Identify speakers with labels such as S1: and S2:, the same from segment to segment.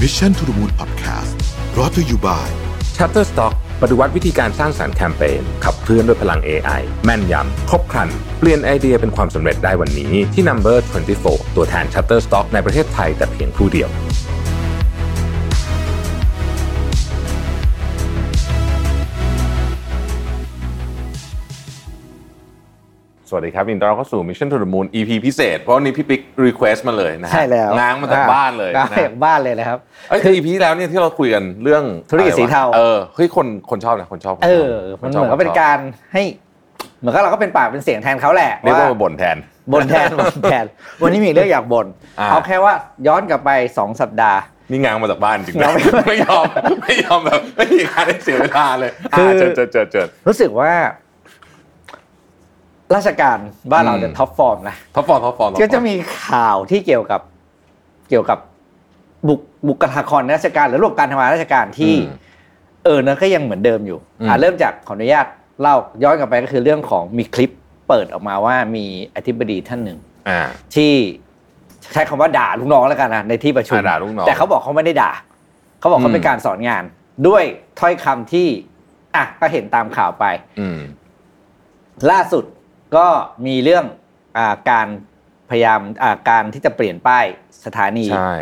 S1: Mission to the Moon Podcast brought to you by
S2: Shutterstock ปฏิวัติวิธีการสร้างสารรค์แคมเปญขับเคลื่อนด้วยพลัง AI แม่นยำ ครบครัน เปลี่ยนไอเดียเป็นความสำเร็จได้วันนี้ที่ Number 24 ตัวแทน Shutterstock ในประเทศไทยแต่เพียงผู้เดียว สวัสดีครับ อินทราเข้าสู่ Mission to the Moon EP พิเศษ เพราะวันนี้พี่ปิ๊กรีเควสต์มาเลยนะฮะ
S3: ใช่แล้ว
S2: ง้างมาจาก
S3: อ่
S2: บ้านเลย
S3: ง้
S2: นะ
S3: งมาจากบ้านเลยนะครับ
S2: เอ้ยคือ EP ที่แล้วเนี่ยที่เราคุยกันเรื่อง
S3: ธุรกิจสีเทา
S2: เออเฮ้ยคนคนชอบนะคนชอบคนชบ
S3: เออ มันเหมือ
S2: ค
S3: น
S2: ชบ
S3: ก็เป็นการให้ เหมือนก็เราก็เป็นปากเป็นเสียงแทนเขาแหละ
S2: เรียกว่า
S3: ว่า
S2: มาบ่นแทน
S3: บ่นแทนบ่นแทน วันนี้มีเรื่องอยากบ่น
S2: อ่า
S3: เอาแค่ว่าย้อนกลับไป 2 สัปดาห์
S2: นี่ง้างมาจากบ้านจริง
S3: เรา
S2: นะ
S3: ไม่
S2: ไม่ยอม ไม่ยอมแบบไม่มีการได้เสียเวลาเลย
S3: คือ
S2: าเจิดเจิดเจิดเจิด
S3: รู้สึกว่า ราชการบ้านเรา
S2: อืม
S3: เนี่ยท็อปฟอร์มนะ
S2: ท็อปฟอร์มท็อปฟอร์ม
S3: ก็จะมีข่าวที่เกี่ยวกับเกี่ยวกับบุคบุคลากรในราชการหรือระบบการทำงานราชการ
S2: อื
S3: ที่
S2: ม
S3: เออนะก็ยังเหมือนเดิมอยู่
S2: อืม
S3: อ่าเริ่มจากขออนุญาตเล่าย้อนกลับไปก็คือเรื่องของมีคลิปเปิดออกมาว่ามีอธิบดีท่านหนึ่ง
S2: อ่า
S3: ที่ใช้คำว่าด่าลูกน้องแล้วกันนะในที่ประชุม
S2: อ่าด่าลูกน้อง
S3: แต่เขาบอกเขาไม่ได้ด่า เขาบอก
S2: อื
S3: เขา
S2: ม
S3: เป็นการสอนงาน ด้วยถ้อยคำที่อ่ะก็เห็นตามข่าวไป
S2: อืม
S3: ล่าสุดก็มีเรื่องอ่าการพยายามอ่าการที่จะเปลี่ยนป้ายสถานี
S2: ใช่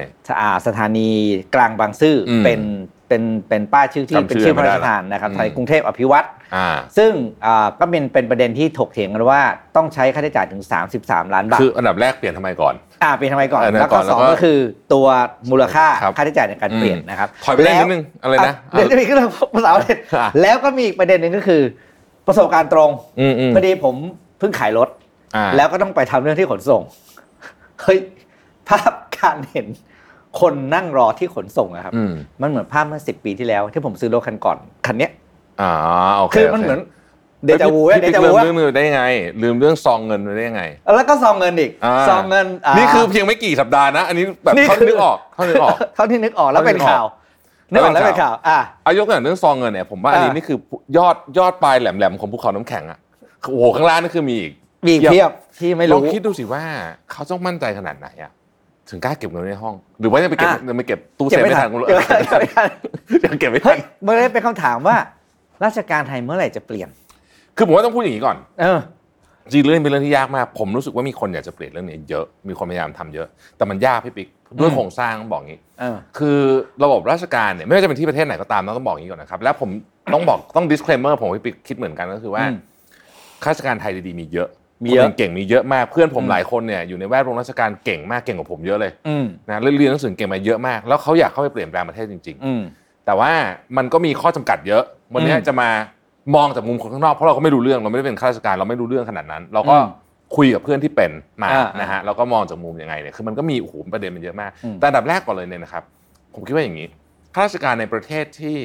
S3: อ่าสถานีกลางบางซื่ออ
S2: ม
S3: เป็นเป็นเป็นป้ายชื่อที่
S2: จำชื่อ
S3: เป็นชื่อพ
S2: ไม่
S3: ระ
S2: ได้
S3: ราช
S2: ละ
S3: ทานนะครับ
S2: อืม
S3: สถานีกรุงเทพอภิวัตร
S2: อ่า
S3: ซึ่งอ่าก็เป็นเป็นประเด็นที่ถกเถียงกันว่าต้องใช้ค่าใช้จ่ายถึง 33 ล้านบาท
S2: คืออันดับแรกเปลี่ยนทำไมก่อน
S3: อ่าเป็นทำไมก่อน
S2: เออ
S3: แล้ว
S2: ก่
S3: ก็
S2: อนแล้ว
S3: สอง
S2: ก็
S3: ก็คือตัวมูลค่า
S2: ครับ
S3: ค่าใช้จ่ายในการ
S2: อืม
S3: เปลี่ยนนะครับ
S2: ถอยไปได้นิดนึงอะไร
S3: แล้ว
S2: นะ
S3: เดี๋ยวจะมีเรื่องภาษาอังกฤษ
S2: อ่ะ
S3: แล้วก็มีอีกประเด็นหนึ่งก็คือ ประสบการณ์ตรง
S2: อืมอืม
S3: พอดีผมเพิ่งขายรถ
S2: อ่า
S3: แล้วก็ต้องไปทำเรื่องที่ขนส่ง เฮ้ย ภาพการเห็นคนนั่งรอที่ขนส่งอะครับ
S2: อืม
S3: มันเหมือนภาพเมื่อสิบปีที่แล้วที่ผมซื้อรถคันก่อน คันเนี้ย
S2: อ่าโอเค
S3: คือมันเหมือนเดจาวู
S2: เฮ้ย
S3: เด
S2: พี่พี่
S3: จา
S2: ลื
S3: วู
S2: มเรื่องเงินได้ยังไง ลืมเรื่องซองเงินไปได้ยังไง
S3: แล้วก็ซองเงินอีก
S2: อ่า
S3: ซองเงินาน
S2: นี่คือเพียงไม่กี่สัปดาห์นะ อันนี้แบบ
S3: นี่
S2: เขา
S3: คือ
S2: นึกออกเขานึกออก
S3: เท่าที่นึกออกแล้วเป็นข่าว
S2: นึ
S3: นึ
S2: ก
S3: ก
S2: อ
S3: อ
S2: อ
S3: อก ก
S2: แล้
S3: แล้ว ว
S2: เป็
S3: เป็น น
S2: ข่า
S3: ข่าว ว อ่ะ
S2: อายกตัวอย่างเรื่องซองเงินเนี่ยผมว่าอั
S3: อ่า
S2: นนี้นี่คือยอดยอดปลายแหลมๆของภูเขาน้ำแข็งอะโอ้โหข้างล่างนี่คือมีอีก
S3: มีอีกเพียบที่ไม่
S2: ลอ
S3: รู้
S2: งคิดดูสิว่าเขาต้องมั่นใจขนาดไหนอะถึงกล้าเก็บเงินไว้ในห้อง หรือว่ายังไปเก็บ
S3: อ่ะ
S2: ยังไปเก็บตู้เซ
S3: เก็บ
S2: ฟ
S3: ไม่
S2: ไม่ทั
S3: ทัน
S2: นกูเลย
S3: เก็บไม่ทัน
S2: ยังเก็บไม่ทั
S3: เฮ้
S2: น
S3: ยเมื่อไรเป็นคำถามว่า ราชการไทยเมื่อไหร่จะเปลี่ยน
S2: คือผมว่าต้องพูดอย่างนี้ก่อน
S3: เออ
S2: จริงๆเรื่องเป็นเรื่องที่ยากมาก ผมรู้สึกว่ามีคนอยากจะเปลี่ยนเรื่องนี้เยอะมีคนพยายามทำเยอะ แต่มันยากพี่ปิ๊กด้วย
S3: อืม
S2: โครงสร้างต้องบอกงี้
S3: เออ
S2: คือระบบราชการเนี่ยไม่ว่าจะเป็นที่ประเทศไหนก็ตามนะต้องบอกอย่างนี้ก่อนนะครับ แล้วผมต้องบอกต้อง disclaimer ผมพี่ปิ๊กคิดเหมือนกันก็คือว่า
S3: อืม
S2: ข้าราชการไทยดีๆมีเยอะ
S3: มีเยอะ
S2: คนเก่งๆมีเยอะมากเพื่อนผมหลายคนเนี่ยอยู่ในแวดวงราชการเก่งมากเก่งกว่าผมเยอะเลย
S3: อืม
S2: นะเรียนหนังสือเก่งมาเยอะมาก แล้วเขาอยากเข้าไปเปลี่ยนแปลงประเทศจริง
S3: อืม
S2: ๆ แต่ว่ามันก็มีข้อจำกัดเยอะ วันนี้
S3: อืม
S2: จะมามองจากมุมคนข้างนอกเพราะเราก็ไม่รู้เรื่องเราไม่ได้เป็นข้าราชการเราไม่รู้เรื่องขนาดนั้น เราก็
S3: อืม
S2: คุยกับเพื่อนที่เป็นมา
S3: อ่า
S2: นะฮะเราก็มองจากมุมยังไงเนี่ยคือมันก็มีโอ้โหประเด็นมันเยอะมาก
S3: อืม
S2: แต่อันดับแรกก่อนเลยเนี่ยนะครับ ผมคิดว่าอย่างนี้ข้าราชการในประเทศที่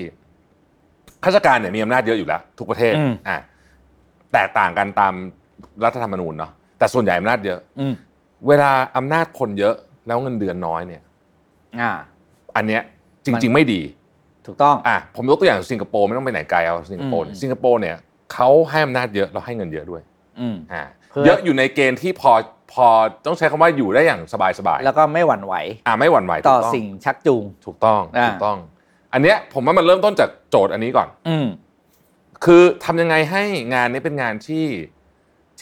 S2: ข้าราชการเนี่ยมีอำนาจเยอะอยู่แล้ว ทุกประเทศ
S3: อืม
S2: อ่ะแตกต่างกันตามรัฐธรรมนูญเนาะแต่ส่วนใหญ่อำนาจเยอะ
S3: อืม
S2: เวลาอำนาจคนเยอะแล้วเงินเดือนน้อยเนี่ย
S3: อ่า
S2: อันเนี้ยจ
S3: มัน
S2: ริง ๆ ไม่ดี
S3: ถูกต้อง
S2: อ่ะผมยกตัวอย่างสิงคโปร์ไม่ต้องไปไหนไกลเอาสิงคโปร์เนี่ย
S3: อืม
S2: สิงคโปร์เนี่ยเขาให้อำนาจเยอะเราให้เงินเยอะด้วย
S3: อืม
S2: อ่ะ
S3: เพื่อ
S2: เยอะอยู่ในเกณฑ์ที่พอพอต้องใช้คำว่าอยู่ได้อย่างสบายๆ
S3: แล้วก็ไม่หวั่นไหว
S2: อ่ะไม่หวั่นไหว
S3: ต่อ
S2: ถูกง
S3: สิ่งชักจูง
S2: ถูกต้อง
S3: อ่า
S2: ถูกต้อง อันเนี้ยผมว่ามันเริ่มต้นจากโจทย์อันนี้ก่อน
S3: อืม
S2: คือทำยังไงให้งานนี้เป็นงานที่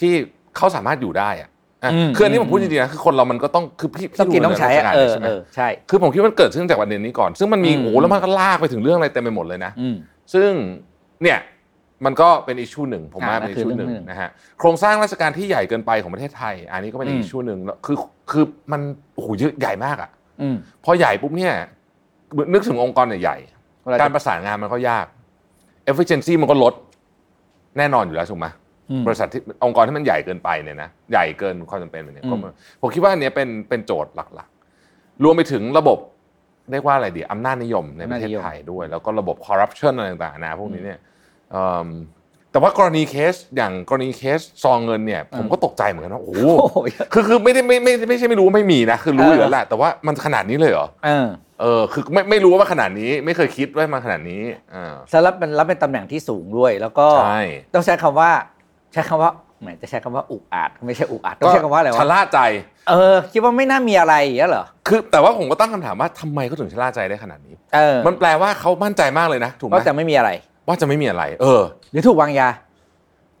S2: ที่เขาสามารถอยู่ได้อะอ่ะ
S3: อืม
S2: คืออันนี้ผมพูด
S3: อื
S2: จ
S3: ม
S2: ริงๆนะคือคนเรามันก็ต้องคือพี่
S3: ต้องกิน
S2: พี่ดู
S3: ต้องใช้
S2: เรื่
S3: อะเออ
S2: ราชการใช่ไหม
S3: เออใช่
S2: คือผมคิดว่ามันเกิดขึ้นจากประเด็นนี้ก่อน ซึ่งมันมี
S3: อืม
S2: โอ้โหแล้วมันก็ลากไปถึงเรื่องอะไรเต็มไปหมดเลยนะ
S3: อืม
S2: ซึ่งเนี่ยมันก็เป็นอิชชูหนึ่งผมว่า
S3: อ่า
S2: เป็นอิชชู
S3: คือ
S2: ห
S3: เรื่
S2: นึ่
S3: อง
S2: ง
S3: หนึ่ง
S2: นะฮะโครงสร้างราชการที่ใหญ่เกินไปของประเทศไทย อันนี้ก็เป็น
S3: อืม
S2: อิชชูหนึ่งแล้วคือคือมันโอ้โหเยอะใหญ่มากอ่ะ
S3: อืม
S2: พอใหญ่ปุ๊บเนี่ยนึกถึงองค์กรใหญ่
S3: เวลา
S2: ๆ การ
S3: จะ
S2: ประสานงานมันก็ยาก efficiency มันก็ลด แน่นอนอยู่แล้วถูกไหม
S3: อืม
S2: บริษัทที่องค์กรที่มันใหญ่เกินไปเนี่ยนะใหญ่เกินความจำเป็นเนี่ย
S3: อืม
S2: ก็มันผมคิดว่าอันเนี้ยเป็นเป็นโจทย์หลักๆ รวมไปถึงระบบเรียกว่าอะไรดีอำนาจนิยมในประเทศไทยด้วย แล้วก็ระบบคอร์รัปชันอะไรต่างๆนะพวกนี้เนี่ยเอิ่มแต่ว่ากรณีเคสอย่างกรณีเคสซองเงินเนี่ย ผมก็ตกใจเหมือนกันว่าโอ้โห
S3: โอ้โห
S2: คือคือไม่ได้ไม่ไม่ไม่ใช่ไม่รู้ว่าไม่มีนะคือรู้อยู่แล้วแหละแต่ว่ามันขนาดนี้เลยเหรอ
S3: เออ
S2: เออคือไม่ไม่รู้ว่าขนาดนี้ไม่เคยคิดว่ามาขนาดนี้อ่า
S3: แล้วรับเป็นรับเป็นตำแหน่งที่สูงด้วย แล้วก็
S2: ใช่
S3: ต้องใช้คำว่า ใช้คำว่า แหมจะใช้คำว่าอุกอาจไม่ใช่อุกอาจต้องใช้คำว่าอะไรวะ
S2: ชะล่าใจ
S3: เออคิดว่าไม่น่ามีอะไรอย่างเงี้ยเหรอ
S2: คือแต่ว่าผมก็ตั้งคำถามว่าทำไมเขาถึงชะล่าใจได้ขนาดนี้
S3: เออ
S2: มันแปลว่าเขามั่นใจมากเลยนะ ถูกไหม
S3: ก็จะไม่มีอะไร
S2: ว่าจะไม่มีอะไร เออ
S3: หรือถูกวางยา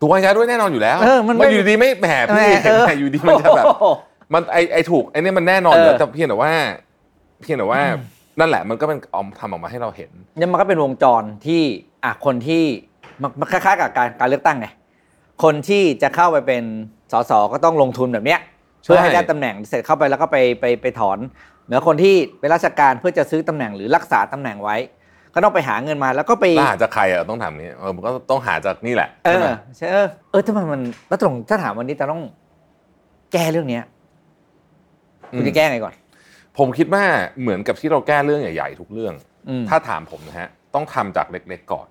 S2: ถูกวางยาด้วยแน่นอนอยู่แล้ว
S3: เออมันไม่
S2: มันอยู่ดีไม่แหม
S3: แห
S2: พี่
S3: เออ
S2: แหมอยู่ดีมันจะแบบ
S3: โอ้โห
S2: มันไอไอถูกไอเนี่ยมันแน่นอนอยู่แล้ว
S3: เออ
S2: แต่เพียงแต่ว่า เพียงแต่ว่านั่นแหละมันก็เป็นออมทำออกมาให้เราเห็น
S3: เนี่ยมันก็เป็นวงจรที่อ่ะคนที่มันมันคล้ายๆกับการการเลือกตั้งไงคนที่จะเข้าไปเป็นสสก็ต้องลงทุนแบบเนี้ยเพื่อให้ได้ตำแหน่งเสร็จเข้าไปแล้วก็ไปไปไปถอนเหนือคนที่เป็นราชการเพื่อจะซื้อตำแหน่งหรือรักษาตำแหน่งไว้ ก็ต้องไปหาเงินมาแล้วก็ไป
S2: ล่าจากใครอ่ะต้องถามนี้เออมันก็ต้องหาจากนี่แหละ
S3: เอ
S2: ใช่ไห
S3: อ
S2: ม
S3: ใช่เออเออทำไมมันแล้วตรงถ้าถามวันนี้จะต้องแก้เรื่องเนี้ยคุณจะแก้ไงก่อน
S2: ผมคิดว่าเหมือนกับที่เราแก้เรื่องใหญ่ๆทุกเรื่อง
S3: อืม
S2: ถ้าถามผมนะฮะ ต้องทำจากเล็ก ๆก่อน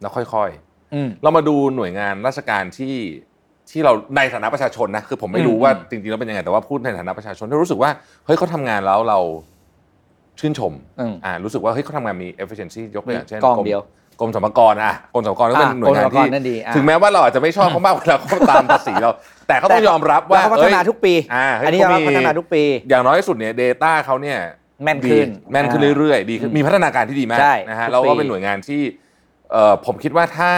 S2: แล้วค่อย
S3: อืม
S2: ๆ เรามาดูหน่วยงานราชการที่ที่เราในฐานะประชาชนนะคือผมไม่รู้
S3: อืม
S2: ว่าจริงๆแล้วเป็นยังไงแต่ว่าพูดในฐานะประชาชนที่รู้สึกว่าเฮ้ยเขาทำงานแล้วเราชื่นชม
S3: อืม
S2: อ่ารู้สึกว่าเฮ้ยเขาทำงานมี efficiency ยกตัวอย่างเช่น
S3: กองเดียว
S2: กรมสรรพากรอ่ะกรมสรรพากรก็เป็น
S3: อ่ะ
S2: หน่วยงาน
S3: กรมสรรพาก
S2: ที่
S3: รนั่นดีอ่ะ
S2: ถึงแม้ว่าเราอาจจะไม่ชอบเขามากเวลาเขาตามภาษีเรา แต่เขาต้อง
S3: แต่
S2: ยอมรับ
S3: ว่า
S2: ว่า
S3: พัฒนา
S2: เอ้ย
S3: ทุกปี
S2: อ่าเฮ้ย
S3: นนี้
S2: เข
S3: เราพัฒนาทุกปี
S2: อย่างน้อยที่สุดเนี่ย data เขาเนี่ย
S3: แม่นขึ้น
S2: ดีแม่นขึ้น
S3: อ่า
S2: เรื่อยๆดีขึ้น
S3: อืม
S2: มีพัฒนาการที่ดีมาก
S3: ใช่
S2: นะฮะ
S3: ทุกปี
S2: เราก็เป็นหน่วยงานที่เอ่อผมคิดว่าถ้า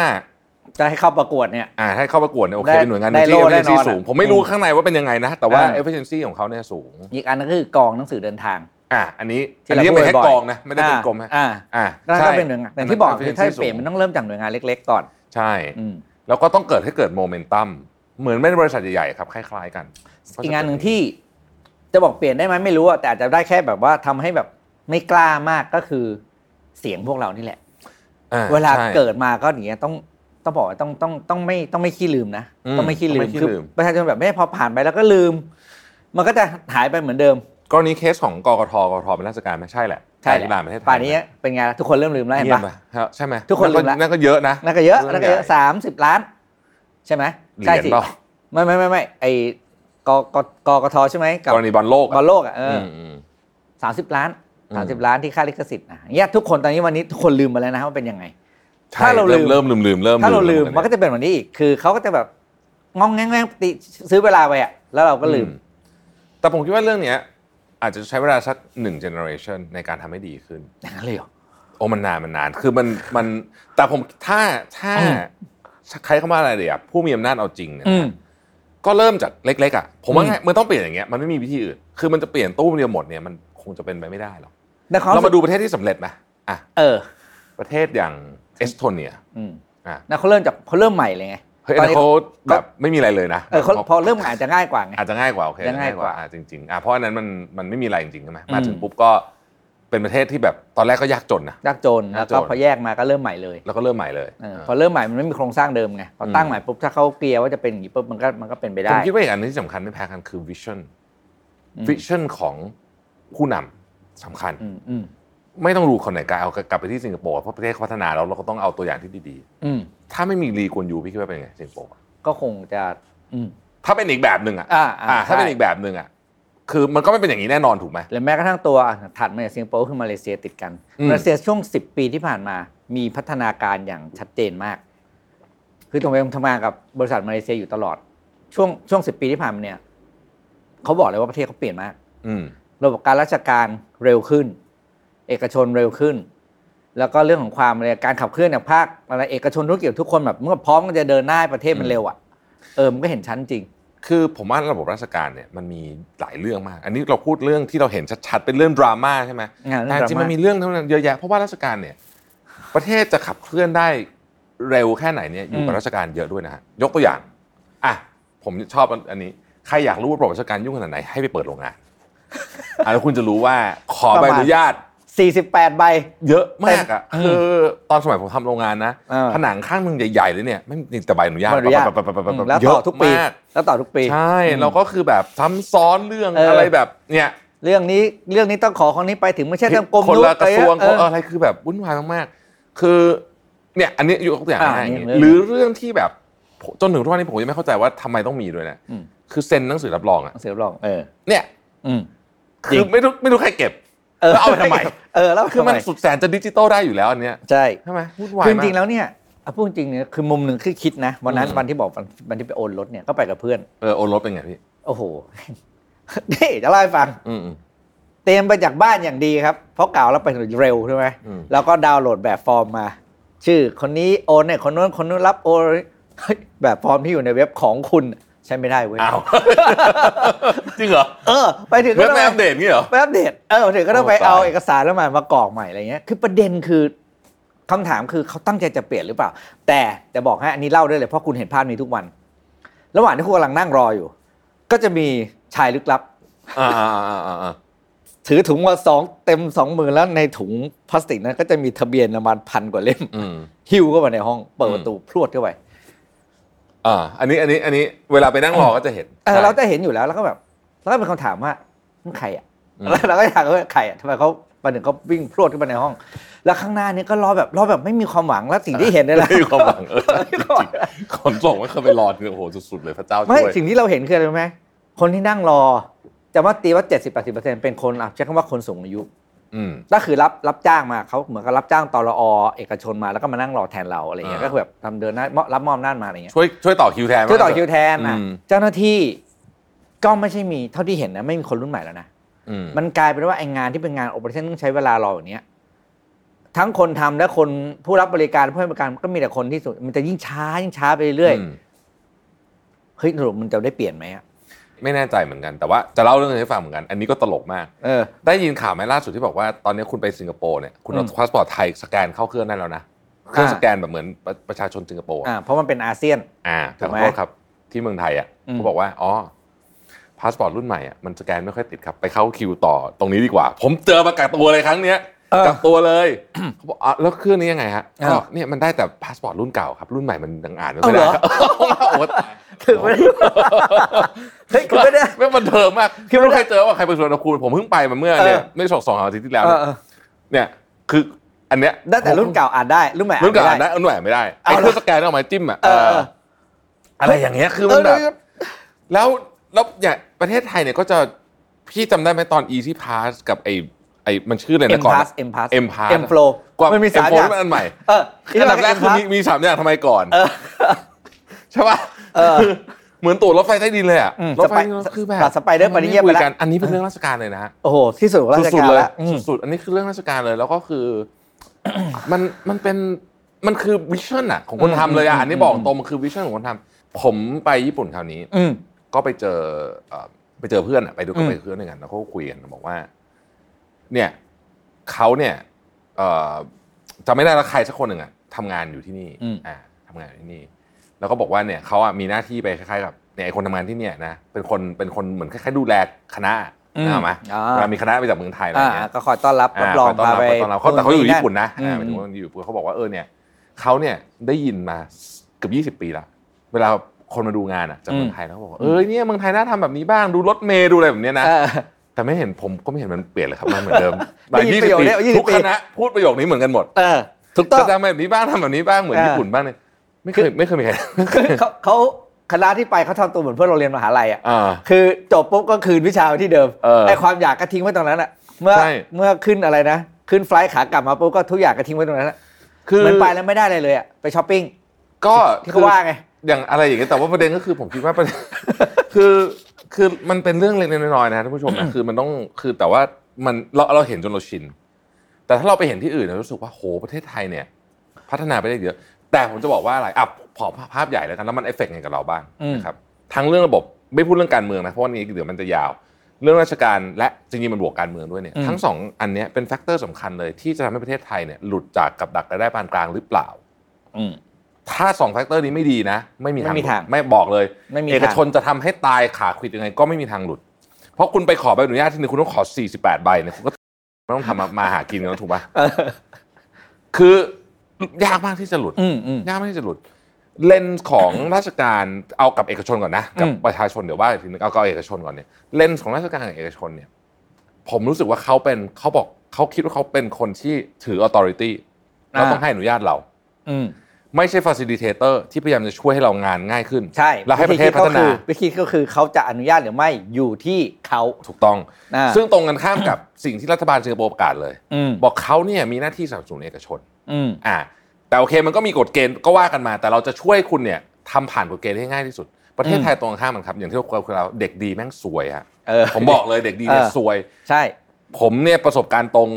S3: จะให้เข้าประกวดเนี่ย
S2: อ่าให้เข้าประกวดเนี่ยโอเค
S3: ได้
S2: เป็นหน่วยงาน
S3: ได้
S2: ที่
S3: โล่แน่นอน
S2: efficiency
S3: อ่ะ
S2: สูง ผมไม่รู้
S3: อืม
S2: ข้างในว่าเป็นยังไงนะ แต่ว่า
S3: อ่า
S2: efficiency ของเขาเนี่ยสูง
S3: อีกอันนั้นก็คือกองหนังสือเดินทาง
S2: อ่าอันนี้
S3: ที่
S2: อัน
S3: เรา
S2: นี้ยังเป็น
S3: พูด
S2: แค่
S3: บ่อยๆ
S2: กองนะไม่ได้เป็นกรมฮะ
S3: อ่า
S2: อ่า
S3: อ่าก็
S2: ใช่
S3: เป็นหน่วยงานอย่างที่บอกคือถ้า
S2: อั
S3: เปลี่ยน
S2: efficiency
S3: มันต้องเริ่มจากหน่วยงานเล็ก ๆ ก่อน
S2: ใช่
S3: อืม
S2: แล้วก็ต้องเกิดให้เกิดโมเมนตัมเหมือนไม่ได้บริษัทใหญ่ๆครับคล้ายๆกัน
S3: อีกงานหนึ่งที่จะบอกเปลี่ยนได้ไหมไม่รู้อะแต่อาจจะได้แค่แบบว่าทำให้แบบไม่กล้ามากก็คือเสียงพวกเรานี่แหละ
S2: อ่
S3: เวลา
S2: ใช่
S3: เกิดมาก็อย่างเงี้ยต้องต้องบอกว่าต้องต้องต้องไม่ต้องไม่ขี้ลืมนะ
S2: อืม
S3: ต้องไม่ขี้ลื
S2: ต้อ
S3: ม
S2: งไม่ขี้
S3: คือ
S2: ลืม
S3: ประชาชนแบบไม่ได้พอผ่านไปแล้วก็ลืม มันก็จะหายไปเหมือนเดิม
S2: กรณีเคสของกกทกกทเป็นราชการไหม่ใช่แหละ
S3: แหละ
S2: ที่ลามประเทศไทย
S3: ป่านนี้เป็นไงล่ะทุกคนเริ่มลืมแล้วเห็น
S2: เยี่ยมป
S3: ปะ
S2: ะครับใช่ไหม
S3: ทุกคนลืมละ
S2: นั่นก็เยอะนะ
S3: นั่นก็เยอะนั่นก็เยอะ
S2: ใหญ่
S3: สามสิบล้าน ใช่ไหม
S2: เห
S3: ใช่
S2: รียญ
S3: สิ
S2: เปล่า
S3: ไม่ไม่ไม่ไม่ไอ้กกกกทใช่ไหมกับ
S2: กรณีบอลโลก
S3: บอลโลกอ่ะเออ
S2: อืม
S3: อ
S2: อืม
S3: สามสิบล้าน
S2: อืม
S3: สามสิบล้านที่ค่าลิขสิทธิ์นะเนี่ยทุกคนตอนนี้วันนี้ทุกคนลืมไปแล้วนะว่าเป็นยังไง
S2: ใช่
S3: ถ้าเราลืม
S2: เริ่มลืมลืมเริ่ม
S3: ถ้าเราลืม
S2: ย
S3: มันก็จะเป็นแบบนี้อีกคือเขาก็จะแบบงองแงงแงงติซื้อเวลาไปอ่ะแล้วเราก็ลืม
S2: อืแต่ผมคิดว่าเรื่องเนี้ย อาจจะใช้เวลาสักหนึ่งเจเนอเรชันในการทำให้ดีขึ้น
S3: อย่างนั้นเลยเหรอ
S2: โอ้มันนานมันนาน คือมันมันแต่ผมถ้าถ้า
S3: อืม
S2: ใช้คำว่าอะไรเดี๋ยวผู้มีอำนาจเอาจริงเนี่ย
S3: อืม
S2: ก็เริ่มจากเล็กๆอ่ะผมว่า
S3: อืม
S2: ไงมันต้องเปลี่ยนอย่างเงี้ยมันไม่มีวิธีอื่น คือมันจะเปลี่ยนตู้เดียวหมดเนี่ยมันคงจะเป็นไปไม่ได้หรอก
S3: แต่ความ
S2: เรามา
S3: รู้สึก
S2: ดูประเทศที่สำเร็จนะอ่ะ
S3: เออ
S2: ประเทศอย่างเอสโตเนีย
S3: อืม
S2: อ่ะ
S3: นะเขาเริ่มจากเขาเริ่มใหม่เลยไง
S2: เฮ้ย
S3: ตอน
S2: อัน
S3: นี้
S2: นั้นเขาแบบไม่มีอะไรเลยนะ
S3: เออเขาพอเริ่มใหม่อาจจะง่ายกว่าไง
S2: อาจจะง่ายกว่าโอเค
S3: จะง่ายกว่า
S2: อ่ะจริงๆอ่ะเพราะอันนั้นมันมันไม่มีอะไรจริงๆใช่ไหม
S3: อืม
S2: มาถึงปุ๊บก็เป็นประเทศที่แบบตอนแรกก็ยากจนนะ
S3: ยากจนแล้วก็
S2: ยากจน
S3: พอแยกมาก็เริ่มใหม่เลย
S2: แล้วก็เริ่มใหม่เลย
S3: เออ
S2: เออ
S3: พอเริ่มใหม่มันไม่มีโครงสร้างเดิมไงพอตั้ง
S2: อืม
S3: ใหม่ปุ๊บถ้าเขาเกลียร์ว่าจะเป็นอย่างนี้ปุ๊บมันก็มันก็เป็นไป
S2: ผ
S3: ได้
S2: มคิดว่าอีกอันหนึงที่สำคัญไม่แพ้กันคือวิชั่น
S3: อืม
S2: วิชั่นของผู้นำสำคัญ
S3: อืมอืม
S2: ไม่ต้องรู้คนไหนกลายเอากลับไปที่สิงคโปร์เพราะประเทศเขาพัฒนาแล้วเราก็ต้องเอาตัวอย่างที่ดีๆ
S3: อืม
S2: ถ้าไม่มีรีกวนยูพี่คิดว่าเป็นไงสิงคโปร์อะ
S3: ก็คงจะอืม
S2: ถ้าเป็นอีกแบบหนึ่งอ่ะ
S3: อ่า
S2: อ่าถ้าเป็นอีกแบบหนึ่งอ่ะคือมันก็ไม่เป็นอย่างนี้แน่นอนถูกไหม
S3: หรือแม้กระทั่งตัวอ่ะถัดมาจากสิงคโปร์คือมาเลเซียติดกัน
S2: อืม
S3: มาเลเซียช่วง 10 ปีที่ผ่านมา มีพัฒนาการอย่างชัดเจนมาก คือตรงไปทำงานกับบริษัทมาเลเซียอยู่ตลอด ช่วงช่วงสิปีที่ผ่านมาเนี่ยเขาบอกเลยว่าประเทศเขาเปลี่ยนมาก
S2: อืม
S3: ระบบการราชการเร็วขึ้น เอกชนเร็วขึ้น แล้วก็เรื่องของความอะไรการขับเคลื่อนจากภาคอะไรเอกชนธุรกิจทุกคนแบบเมื่อพร้อมก็จะเดินหน้าให้ประเทศมันเร็วอ่ะเออมันก็เห็นชั้นจริง
S2: คือผมว่าระบบราชการเนี่ยมันมีหลายเรื่องมาก อันนี้เราพูดเรื่องที่เราเห็นชัดๆเป็นเรื่องดราม่าใช่ไหม
S3: อ่าเรื่
S2: แต่
S3: องดราม่า
S2: จริงๆมันมีเรื่องทั้งนั้นเยอะแยะเพราะว่าราชการเนี่ยประเทศจะขับเคลื่อนได้เร็วแค่ไหนเนี่ยอยู่กับราชการเยอะด้วยนะฮะยกตัวอย่างอ่ะผมชอบอันนี้ใครอยากรู้ว่าระบบราชการยุ่งขนาดไหนให้ไปเปิดโรงงาน อ่ะแล้วคุณจะรู้ว่าขอใบอนุญาต
S3: 48 ใบ
S2: เยอะมากอ่ะ
S3: เต็ม
S2: คือตอนสมัยผมทำโรงงานนะ
S3: เออ
S2: ผนังข้างหนึงใหญ่ๆเลยเนี่ยไม่มีแต่ใบอนุญาต
S3: ขออนุญาต
S2: ปะปะปะปะปะปะ
S3: อืมแล้วต่อทุกปี
S2: เยะมา
S3: แล้วต่อทุกปี
S2: ใช่แล้วก็คือแบบซ้ำซ้อนเรื่อง
S3: เอออ
S2: อะไรแบบเนี่ย
S3: เรื่องนี้เรื่องนี้ต้องขอของนี้ไปถึงไม่ใช่ต้องกรม
S2: คนละกระทรวง
S3: เอ
S2: คน
S3: อ
S2: ละอะไรคือแบบวุ่นวายมากๆคือเนี่ยอันนี้ยกตัวอย่าง
S3: อ่า
S2: ง่ายๆอย่างนี้
S3: นี่
S2: หรื
S3: เรื่อง
S2: อเรื่องที่แบบผมจนถึงทุกวันนี้ผมยังไม่เข้าใจว่าทำไมต้องมีด้วยนะ
S3: อืม
S2: คือเซ็นหนังสือรับรองอ่ะ
S3: หนังสือรับรองเออ
S2: เนี่ย
S3: อืม จริ
S2: คื
S3: ง
S2: อไม่รู้ไม่รู้ใครเก็บ แล้วเอาไปทำไม
S3: เออแล้ว
S2: คือมัน
S3: ทำไม
S2: สุดแสนจะดิจิตอลได้อยู่แล้วอันเนี้ย
S3: ใช่
S2: ใช่ไหมวุ่นวาย
S3: คือจ
S2: มา
S3: ริงๆ
S2: ก
S3: แล้วเนี่ย อ่ะพูดจริงเนี่ยคือมุมหนึ่งคือคิดนะวันนั้น
S2: อืม
S3: วันที่บอกวันวันที่ไปโอนรถเนี่ยก็ไปกับเพื่อน
S2: เออโอนรถเป็นไงพี่
S3: โอ้โห นี่จะเล่าให้ฟัง
S2: อืมอืม
S3: เตรียมไปจากบ้านอย่างดีครับ เพราะเก่าเราไปเร็วใช่ไหม
S2: อืม
S3: แล้วก็ดาวน์โหลดแบบฟอร์มมา ชื่อคนนี้โอนเนี่ยคนนู้นคนนู้นรับโอน เฮ้ยแบบฟอร์มที่อยู่ในเว็บของคุณใช้ไม่ได้เว้ย
S2: อ้าว จริงเหรอ
S3: เออ ไปถึง
S2: เว็
S3: ก็
S2: บ
S3: ต้อง
S2: ไม่อัป
S3: ไป
S2: เดตงี้เหรอ
S3: ไปอัปเดตเออถึงก็ต้อง
S2: โอ้
S3: ไป
S2: ตาย
S3: เอาเอกสารแล้วมามากรอกใหม่อะไรเงี้ยคือประเด็นคือคำถามคือเขาตั้งใจจะเปลี่ยนหรือเปล่า แต่จะบอกให้อันนี้เล่าได้เลยเพราะคุณเห็นภาพนี้ทุกวัน ระหว่างที่คุณกำลังนั่งรออยู่ ก็จะมีชายลึกลับ
S2: อ่าอ่าอ่าอ่าอ่า
S3: ถือถุงมาสองเต็มสองมือแล้วในถุงพลาสติกนั้นก็จะมีทะเบียนประมาณพันกว่าเล่ม
S2: อืม
S3: หิ้วเข้ามาในห้องเปิดประตูพรวดเข้าไป
S2: อ่าอันนี้อันนี้อันนี้เวลาไปนั่งรอก็จะเห็น
S3: เออ
S2: ใช่
S3: เราจะเห็นอยู่แล้วแล้วก็แบบแล้วก็เป็นคำถามว่ามันใครอ่ะ
S2: อืม
S3: แล้วเราก็อยากรู้ว่าใครอ่ะทำไมเขาประหนึ่งเขาวิ่งพรวดเข้ามาในห้อง แล้วข้างหน้านี้ก็รอแบบรอแบบไม่มีความหวังแล้วสิ่งที่เห็นเนี่ยแหละ
S2: ไม่มีความหวังเออจริงๆขนส่งไม่เคยไปรอเนี่ยโอ้โหสุดๆเลยพระเจ้าช่
S3: ไม่
S2: วย
S3: สิ่งที่เราเห็นคืออะไรรู้ไหมคนที่นั่งรอจะว่าตีว่า70-80%เป็นคนอ่ะใช้คำว่าคนสูงอายุ
S2: อืม
S3: ก็คือรับรับจ้างมาเขาเหมือนกับรับจ้างตรอเอกชนมาแล้วก็มานั่งรอแทนเราอะไรอย่างเงี้ย
S2: อ่า
S3: ก็คือแบบทำเดินหน้ารับมอบหน้าจมาอะไรอย่างเงี้ย
S2: ช่วยช่วยต่อคิวแทน
S3: ช่วยต่อ
S2: มั้ง
S3: คิวแทนอ่ะ
S2: อืม
S3: เจ้าหน้าที่ก็ไม่ใช่มีเท่าที่เห็นนะไม่มีคนรุ่นใหม่แล้วนะ
S2: อืม
S3: มันกลายเป็นว่าไอ้งานที่เป็นงานโอเปอเรชั่นต้องใช้เวลารออย่างเนี้ยทั้งคนทำและคนผู้รับบริการผู้ให้บริการก็มีแต่คนที่สุดมันจะยิ่งช้ายิ่งช้าไปเรื่อย
S2: อืม
S3: เฮ้ยสรุปมันจะได้เปลี่ยนไหมอะ
S2: ไม่แน่ใจเหมือนกันแต่ว่าจะเล่าเรื่องนึงให้ฟังเหมือนกัน อันนี้ก็ตลกมาก
S3: เออ
S2: ได้ยินข่าวไหมล่าสุดที่บอกว่าตอนนี้คุณไปสิงคโปร์เนี่ยคุณเอา
S3: อืม
S2: พาสปอร์ตไทยสแกนเข้าเครื่องได้แล้วนะเครื่อง
S3: อ่า
S2: สแกนแบบเหมือนประประชาชนสิงคโปร์อะ
S3: อ่าเพราะมันเป็นอาเซียน
S2: อ่า
S3: ถู
S2: ขอก
S3: ไหม
S2: โทษครับที่เมืองไทยอ่ะ
S3: อืม
S2: เขาบอกว่าอ๋อพาสปอร์ตรุ่นใหม่อ่ะมันสแกนไม่ค่อยติดครับไปเข้าคิวต่อตรงนี้ดีกว่า ผมเจอมากักตัวเลยครั้งเนี้ยกักตัวเลยเขาบอกอ่ะแล้วเครื่องนี้ยังไงฮะก็เนี่ยมันได้แต่พาสปอร์ตรุ่นเก่าครับ รุ่นใหม่มันดังอ่านไม่ค่อยได้ครับโอ้โหตาย
S3: ถึงไม่ได้ เฮ้ยคือไม่ได้
S2: ไม่บันเทิงมาก
S3: คื
S2: คือ อ
S3: ไม่
S2: ไม่
S3: ได้
S2: เคยเจอว่าใครไปสวนอุณภูมิผมเพิ่งไปมาเมื่อเนี่ย
S3: เออ
S2: ไม่สองสองอาทิตย์ที่แล้ว
S3: เอ
S2: เนี่
S3: อย เออ
S2: เนี่ยคืออันเนี้ย
S3: ได้แต่รุ่นเก่าอ่านได้รุ่นใหม่อ่าน
S2: รุ่นเก่า
S3: ไม่
S2: อ่าน
S3: ได้
S2: ได้รุ่นใหม่ไม่ได้ไอ้
S3: เอาเหร
S2: เค
S3: อ
S2: รื่องสแกนเอามาจิ้มอ่ะ
S3: เออเออ
S2: เอออะไรอย่างเงี้ยคือมันแบบ
S3: เออ
S2: แล้วแล้วอย่างประเทศไทยเนี่ยก็จะพี่จำได้ไหมตอน Easy Pass กับไอไอมันชื่ออะไร
S3: เอ็
S2: นะ
S3: ม
S2: ก่อน
S3: พาส
S2: อะ
S3: เอ็มพาส
S2: M Pass
S3: เอ็มโฟล์
S2: กว่ามั
S3: มันมีสามอย่าง
S2: นอันใหม่
S3: เอออี
S2: อันดับแรกคือมีมีสามอย่างทำไมก่อน
S3: เออ
S2: ใช่ป่ะ
S3: เออ
S2: คือเหมือนตั๋วรถไฟใต้ดินเลยอ่ะ
S3: อืม
S2: รถไฟ
S3: สไป
S2: คือแบบ
S3: ตัดสไปเดอร์ไปนี่เงียบไป
S2: ม่คุ
S3: ละ
S2: กันอันนี้เป็นเรื่องราชการเลยนะฮะ
S3: โอ้โห ที่สุดของราช
S2: สุดๆ
S3: การ
S2: เลย
S3: แล้วอืม
S2: สุดๆอันนี้คือเรื่องราชการเลยแล้วก็คือ มันมันเป็นมันคือวิชั่นอ่ะของคนทำเลยอ่ะ
S3: อืมอืม
S2: อันนี้บอกตรงมันคือวิชั่นของคนทำผมไปญี่ปุ่นคราวนี้
S3: อืม
S2: ก็ไปเจอเอ่อไปเจอเพื่อนอะไปด้วย
S3: อื
S2: ก็
S3: ม
S2: ไปเพื่อนด้วยกันแล้วเขาก็คุยกันบอกว่า เนี่ยเขาเนี่ยเอ่อจะไม่ได้และใครสักคนหนึ่งอะทำงานอยู่ที่นี่อ่าทำงานอยู่ที่นี่ แล้วก็บอกว่าเนี่ยเขาอะมีหน้าที่ไปคล้ายๆกับเนี่ยไอคนทำงานที่เนี่ยนะเป็นคนเป็นคนเหมือนคล้ายๆดูแลคณะนะเอาไหม
S3: อ่
S2: เวลามีคณะไปจากเมืองไทยอะไร
S3: อ่า
S2: เงี้ย
S3: ก็คอยต้อนรับรับรอง
S2: าคยต้อน
S3: พา
S2: รับ
S3: ไป
S2: คอยต้อนรับเขาแต่เขาอยู่ญี่ปุ่นนะ
S3: อืม
S2: อ่าหมายถึงว่าอยู่ญี่ปุ่นเขาบอกว่าเออเนี่ยเขาเนี่ยได้ยินมาเกือบยี่สิบปีละเวลาคนมาดูงานอ่ะจากเมืองไทยแล้วเขาบอกว่าเออเนี่ยเมืองไทยน่าทำแบบนี้บ้างดูรถเมล์ดูอะไรแบบเนี้ยนะ
S3: เออ
S2: แต่ไม่เห็นผมก็ไม่เห็นมันเปลี่ยนเลยครับมันเหมือนเดิมหลา
S3: ได้ยินประโยคเนี้ย20
S2: ทุกคณะพูดประโยคนี้เหมือนกันหมด
S3: เออ ถูกต้อง
S2: จะทำแบบนี้บ้างทำแบบนี้บ้างเหมือน
S3: เออ
S2: ญี่ปุ่นบ้างเนี่ยไม่เคยไม่เคยมีใคร
S3: เขาเขาคณะที่ไปเขาทำตัวเหมือนเพื่อนเราเรียนมหาลัยอ่ะ
S2: อ่า
S3: คือจบปุ๊บก็คืนวิชาไว้ที่เดิม
S2: เออ
S3: ไอ้ความอยากก็ทิ้งไว้ตรงนั้นอ่ะ เมื่อ
S2: ใช่
S3: เมื่อขึ้นอะไรนะ ขึ้นไฟลท์ขากลับมาปุ๊บก็ทุกอย่างก็ทิ้งไว้ตรงนั้นอะ
S2: คือ
S3: เหมือนไปแล้วไม่ได้อะไรเลยอ่ะไปช้อปปิ้ง
S2: ก็
S3: ที่
S2: คื
S3: เขา
S2: อ
S3: ว่าไง
S2: อย่างอะไรอย่างเงี้ยแต่ว่าประเด็นก็คือผมคิดว่าประเด็น คือคือมันเป็นเรื่องเล็กๆน้อยๆนะท่านผู้ชมนะคือมันต้องคือแต่ว่ามันเราเราเห็นจนเราชิน แต่ถ้าเราไปเห็นที่อื่นเรารู้สึกว่าโหประเทศไทยเนี่ย พัฒนาไปได้เยอะ แต่ผมจะบอกว่าอะไรอ่ะพอภาพใหญ่แล้วกันแล้วมันเอฟเฟกต์ไงกับเราบ้าง
S3: อืม
S2: นะครับทั้งเรื่องระบบไม่พูดเรื่องการเมืองนะเพราะว่านี้เดี๋ยวมันจะยาว เรื่องราชการและจริงๆมันบวกการเมืองด้วยเนี่ยทั้งสองอันเนี้ยเป็นแฟกเตอร์สำคัญเลยที่จะทำให้ประเทศไทยเนี่ยหลุดจากกับดักรายได้ปานกลางหรือเปล่า
S3: อืม
S2: ถ้าสองแฟกเตอร์นี้ไม่ดีนะ ไม่มีทาง
S3: ไม่มีทาง
S2: หลุดไม่บอกเลย
S3: ไม่มีทาง
S2: เอกชนจะทำให้ตายขาขวิดยังไงก็ไม่มีทางหลุด เพราะคุณไปขอใบอนุญาตทีนึงคุณต้องขอ 48 ใบเนี่ยคุณก็ไม่ต้องทำมามาหากินกันแล้วถูกปะ
S3: เออ
S2: คือยากมากที่จะหลุด
S3: อืมอืม
S2: ยากมากที่จะหลุด เลนส์ ของ ราชการเอากับเอกชนก่อนนะกับ
S3: อืม
S2: ประชาชนเดี๋ยวว่าอีกทีนึงเอากับเอกชนก่อนเนี่ยเลนส์ของราชการกับเอกชนเนี่ย ผมรู้สึกว่าเขาเป็นเขาบอกเขาคิดว่าเขาเป็นคนที่ถือ authority แล้วต้องให้อนุญาตเรา
S3: อืม
S2: ไม่ใช่ facilitator ที่พยายามจะช่วยให้เรางานง่ายขึ้น
S3: ใช่
S2: แล้วให้ประเทศพัฒนา
S3: วิธีก็คือเขาจะอนุญาตหรือไม่อยู่ที่เขา
S2: ถูกต้อง
S3: อ่า
S2: ซึ่งตรงกันข้ามกับ สิ่งที่รัฐบาลสิงคโปร์ประกาศเลย
S3: อืม
S2: บอกเขาเนี่ยมีหน้าที่สนับสนุนเอกชน
S3: อืม
S2: อ่า แต่โอเคมันก็มีกฎเกณฑ์ก็ว่ากันมา แต่เราจะช่วยคุณเนี่ยทำผ่านกฎเกณฑ์ให้ง่ายที่สุด ประเทศไทยตรงกันข้ามมันครับ อย่างที่เราคุยเราเด็กดีแม่งสวยฮะ
S3: เออ
S2: ผมบอกเลยเด็กดีเนี่ย
S3: เออ
S2: สวย
S3: ใช่
S2: ผมเนี่ยประสบการณ์ตรง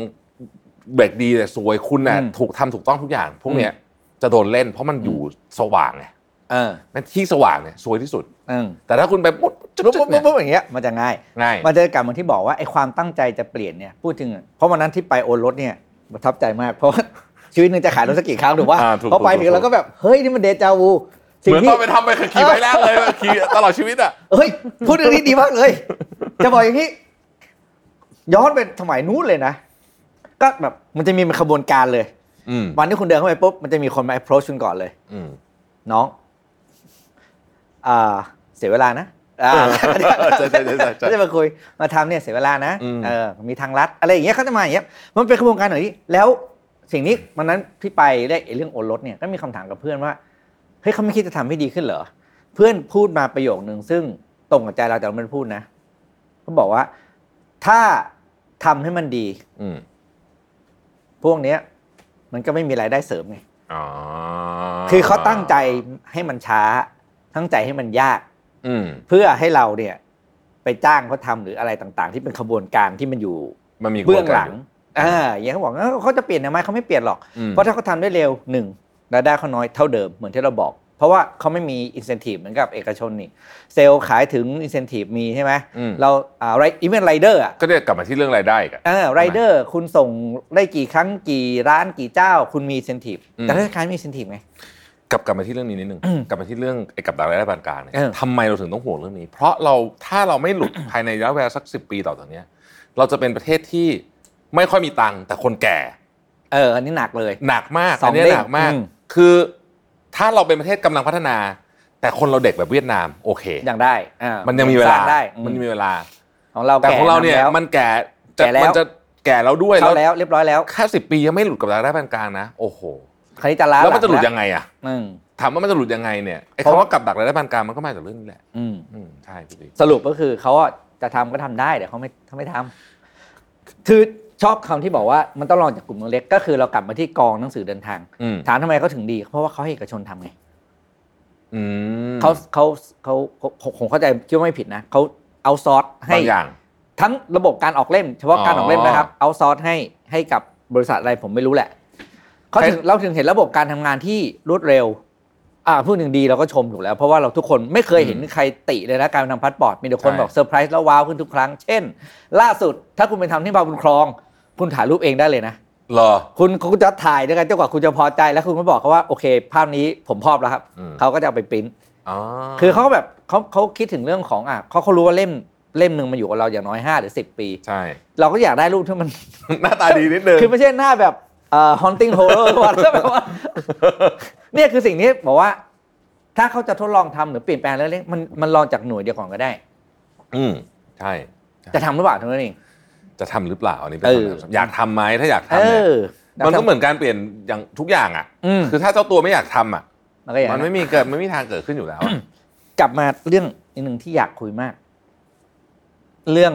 S2: เบรกดีเนี่ยสวยคุณน่ะ
S3: อืม
S2: ถูกทำถูกต้องทุกอย่าง พวกเนี้ยจะโดนเล่น เพราะมันอยู่สว่างไง
S3: เออ
S2: นั่นที่สว่างเนี่ยสวยที่สุด
S3: เออ
S2: แต่ถ้าคุณไปปุ๊บจุ
S3: ปุ๊
S2: ด
S3: บปุ๊
S2: ๆเนี่
S3: บ
S2: ย
S3: ปุ๊บอย่างเงี้ยมันจะง่าย
S2: ง่าย
S3: มันจะกลับมาที่บอกว่าไอ้ความตั้งใจจะเปลี่ยนเนี่ยพูดถึงอะเพราะวันนั้นที่ไปโอนรถเนี่ยประทับใจมากเพราะว่า ชีวิตหนึ่งจะขายรถสักกี่ครั้งถูกว่า
S2: อ่ถูก
S3: พอไป
S2: ถู
S3: ถึ
S2: ก
S3: งเราก็แบบ เฮ้ย นี่มันเดจาวู
S2: เหมือนตอนไปทำไปขี่ไปแล้วเลยขี่ตลอดชีวิตอ่ะ
S3: เฮ้ย พูดเรื่องนี้ดีมากเลย จะบอกอย่างนี้ ย้อนไปสมัยนู้นเลยนะ ก็แบบมันจะมีเป็นขบวนการเลย
S2: อืม
S3: วันที่คุณเดินเข้าไปปุ๊บมันจะมีคนมา approach คุณก่อนเลย
S2: อืม
S3: น้อง อ่า เสียเวลานะอ่า
S2: ใช่ใช่ใช่ใช่ใช่
S3: ก็จะมาคุย มาทำเนี่ยเสียเวลานะ
S2: อืม
S3: เออ มีทางลัด อะไรอย่างเงี้ยเขาจะมาอย่างเงี้ย มันเป็นกระบวนการหน่อยนี้แล้วสิ่งนี้วันนั้นพี่ไปได้ไอ้เรื่องโอนรถเนี่ย ก็มีคำถามกับเพื่อนว่า เฮ้ยเขาไม่คิดจะทำให้ดีขึ้นเหรอ เพื่อนพูดมาประโยคนึงซึ่งตรงกับใจเราแต่เราไม่ได้พูดนะเขาบอกว่า ถ้าทำให้มันดี
S2: อืม
S3: พวกเนี้ย มันก็ไม่มีรายได้เสริมไง
S2: อ๋อ
S3: คือเขาตั้งใจให้มันช้า ตั้งใจให้มันยาก
S2: อืม
S3: เพื่อให้เราเนี่ยไปจ้างเขาทำหรืออะไรต่างๆ ที่เป็นขบวนการที่มันอยู่
S2: มันมี
S3: เบื้องหลัง
S2: กระบวนก
S3: เอออย่างเงยเขาบอกเอ้าเขาจะเปลี่ยนทำไมเขาไม่เปลี่ยนหรอก
S2: ารอยู่อืม
S3: เพราะถ้าเขาทำได้เร็วหนึ่งรายได้เขาน้อยเท่าเดิมเหมือนที่เราบอก เพราะว่าเขาไม่มีอินเซนティブเหมือนกับเอกชนนี่เซลล์ขายถึงอินเซนティブมีใช่ไหม
S2: อืม
S3: เราอ่าไรอีเวนต์ไรเดอร์อ่ะ
S2: ก็เนี่ยกลับมาที่เรื่องรายได้อีกัน
S3: เออไรเดอร์คุณส่งได้กี่ครั้งกี่ร้านกี่เจ้า คุณมีอินเซนティブ
S2: อืม
S3: แต่ราชการไม่มีอินเซนティブไง
S2: กลับกลับมาที่เรื่องนี้นิดนึงกลับมาที่เรื่องไอ้กับดักรายได้ปานกลางเนี่ย
S3: เออ
S2: ทำไมเราถึงต้องห่วงเรื่องนี้ เพราะเราถ้าเราไม่หลุด ภายในระยะเวลาสักสิปีต่อจากเนี้ย เราจะเป็นประเทศที่ไม่ค่อยมีตังค์แต่คนแก่
S3: เอออันนี้หนักเลย
S2: หนักมาก
S3: สอง
S2: นนี้
S3: เด้ง
S2: หนักมาก
S3: อืม
S2: คือถ้าเราเป็นประเทศกำลังพัฒนา แต่คนเราเด็กแบบเวียดนาม โอเค
S3: อย่างได้อ่า
S2: มันยังมีเว
S3: ส
S2: ลา
S3: ร้งได้อืม
S2: มันยังมีเวลา
S3: ของเรา
S2: แต่ของเราเนี่ย
S3: แก่ำแล้ว
S2: มันแก่จะ
S3: แก่แล้ว
S2: มันจะแก่แล้วด้วย
S3: เข้าแล้วเรียบร้อยแล้ว
S2: แค่สิปียังไม่หลุดกับรายได้ปานกลางนะโอ้โห
S3: คราวนี้จะล้า
S2: แล้วมันจะหลุด
S3: แ
S2: ยังไงอะ
S3: อืม
S2: ถามว่ามันจะหลุดยังไงเนี่ยไอ้
S3: เพราะ
S2: คำว่ากับดักรายได้ปานกลางมันก็มาจากเรื่องนี้แหละ
S3: อืม
S2: อืมใช่พี่ดิ
S3: สรุปก็คือเขาอะจะทำก็ทำได้เดี๋ยวเขาไม่เขาไม่ทำคือชอบคำที่บอกว่ามันต้องลองจากกลุ่มเล็กก็คือเรากลับมาที่กองหนังสือเดินทาง
S2: อืม
S3: ถามทำไมเขาถึงดี เพราะว่าเขาให้เอกชนทำไง
S2: อืม
S3: เขาเขาเขาเขาผมเข้าใจที่ว่าไม่ผิดนะเขาเอาซอสให้
S2: บางอย่าง
S3: ทั้งระบบการออกเล่ม เฉพาะการออกเล่มนะครับ
S2: อ๋อ
S3: เอาซอสให้ให้กับบริษัทอะไรผมไม่รู้แหละเขาถึง
S2: ใคร
S3: เราถึงเห็นระบบการทำงานที่รวดเร็ว อ่าพูดถึงดีเราก็ชมถูกแล้ว เพราะว่าเราทุกคนไม่เคยเห็นใครติเลยนะการทำพาสปอร์ตมีแต่คน
S2: ใช่
S3: บอกเซอร์ไพรส์แล้วว้าวขึ้นทุกครั้ง เช่น ล่าสุดถ้าคุณไปทำที่บางบุญครอง คุณถ่ายรูปเองได้เลยนะ
S2: เหรอ
S3: คุณคุณจะถ่ายด้วยกันจนกว่าคุณจะพอใจแล้วคุณก็บอกเขาว่าโอเค ภาพนี้ผมพอบแล้วครับ
S2: อืม
S3: เขาก็จะเอาไปปริ้น
S2: อ๋อ
S3: คือเขาก็แบบเขาเขาคิดถึงเรื่องของอ่ะเขาเขารู้ว่าเล่มเล่มหนึ่งมันอยู่กับเราอย่างน้อย5หรือ10 ปี
S2: ใช่
S3: เราก็อยากได้รูปที่มัน
S2: หน้าตาดีนิดนึง
S3: คือไม่ใช่หน้าแบบเอ่อ haunting horror ว่าแล้วแบบว่า เนี่ยคือสิ่งนี้บอกว่า ถ้าเขาจะทดลองทำหรือเปลี่ยนแปลงเรื่องเล็กมันมันลองจากหน่วยเดียวก่อนก็ได้
S2: อืมใช่
S3: จะทำหรือเปล่าเท่านั้นเอง
S2: จะทำหรือเปล่าอันนี้เป็น
S3: เอ
S2: คำถามสำคั
S3: อ
S2: ญอยากทำไหมถ้าอยาก
S3: เอ
S2: ทำเนี่ย
S3: อ
S2: มันก็เหมือนการเปลี่ยนอย่างทุกอย่างอ่ะ
S3: อืม
S2: คือถ้าเจ้าตัวไม่อยากทำอ่ะ
S3: มันก็อย่าง
S2: มัน
S3: นั้น
S2: ไม่มีเกิดไม่มีทางเกิดขึ้นอยู่แล้วอะ
S3: กลับมาเรื่องอีกหนึ่งที่อยากคุยมาก เรื่อง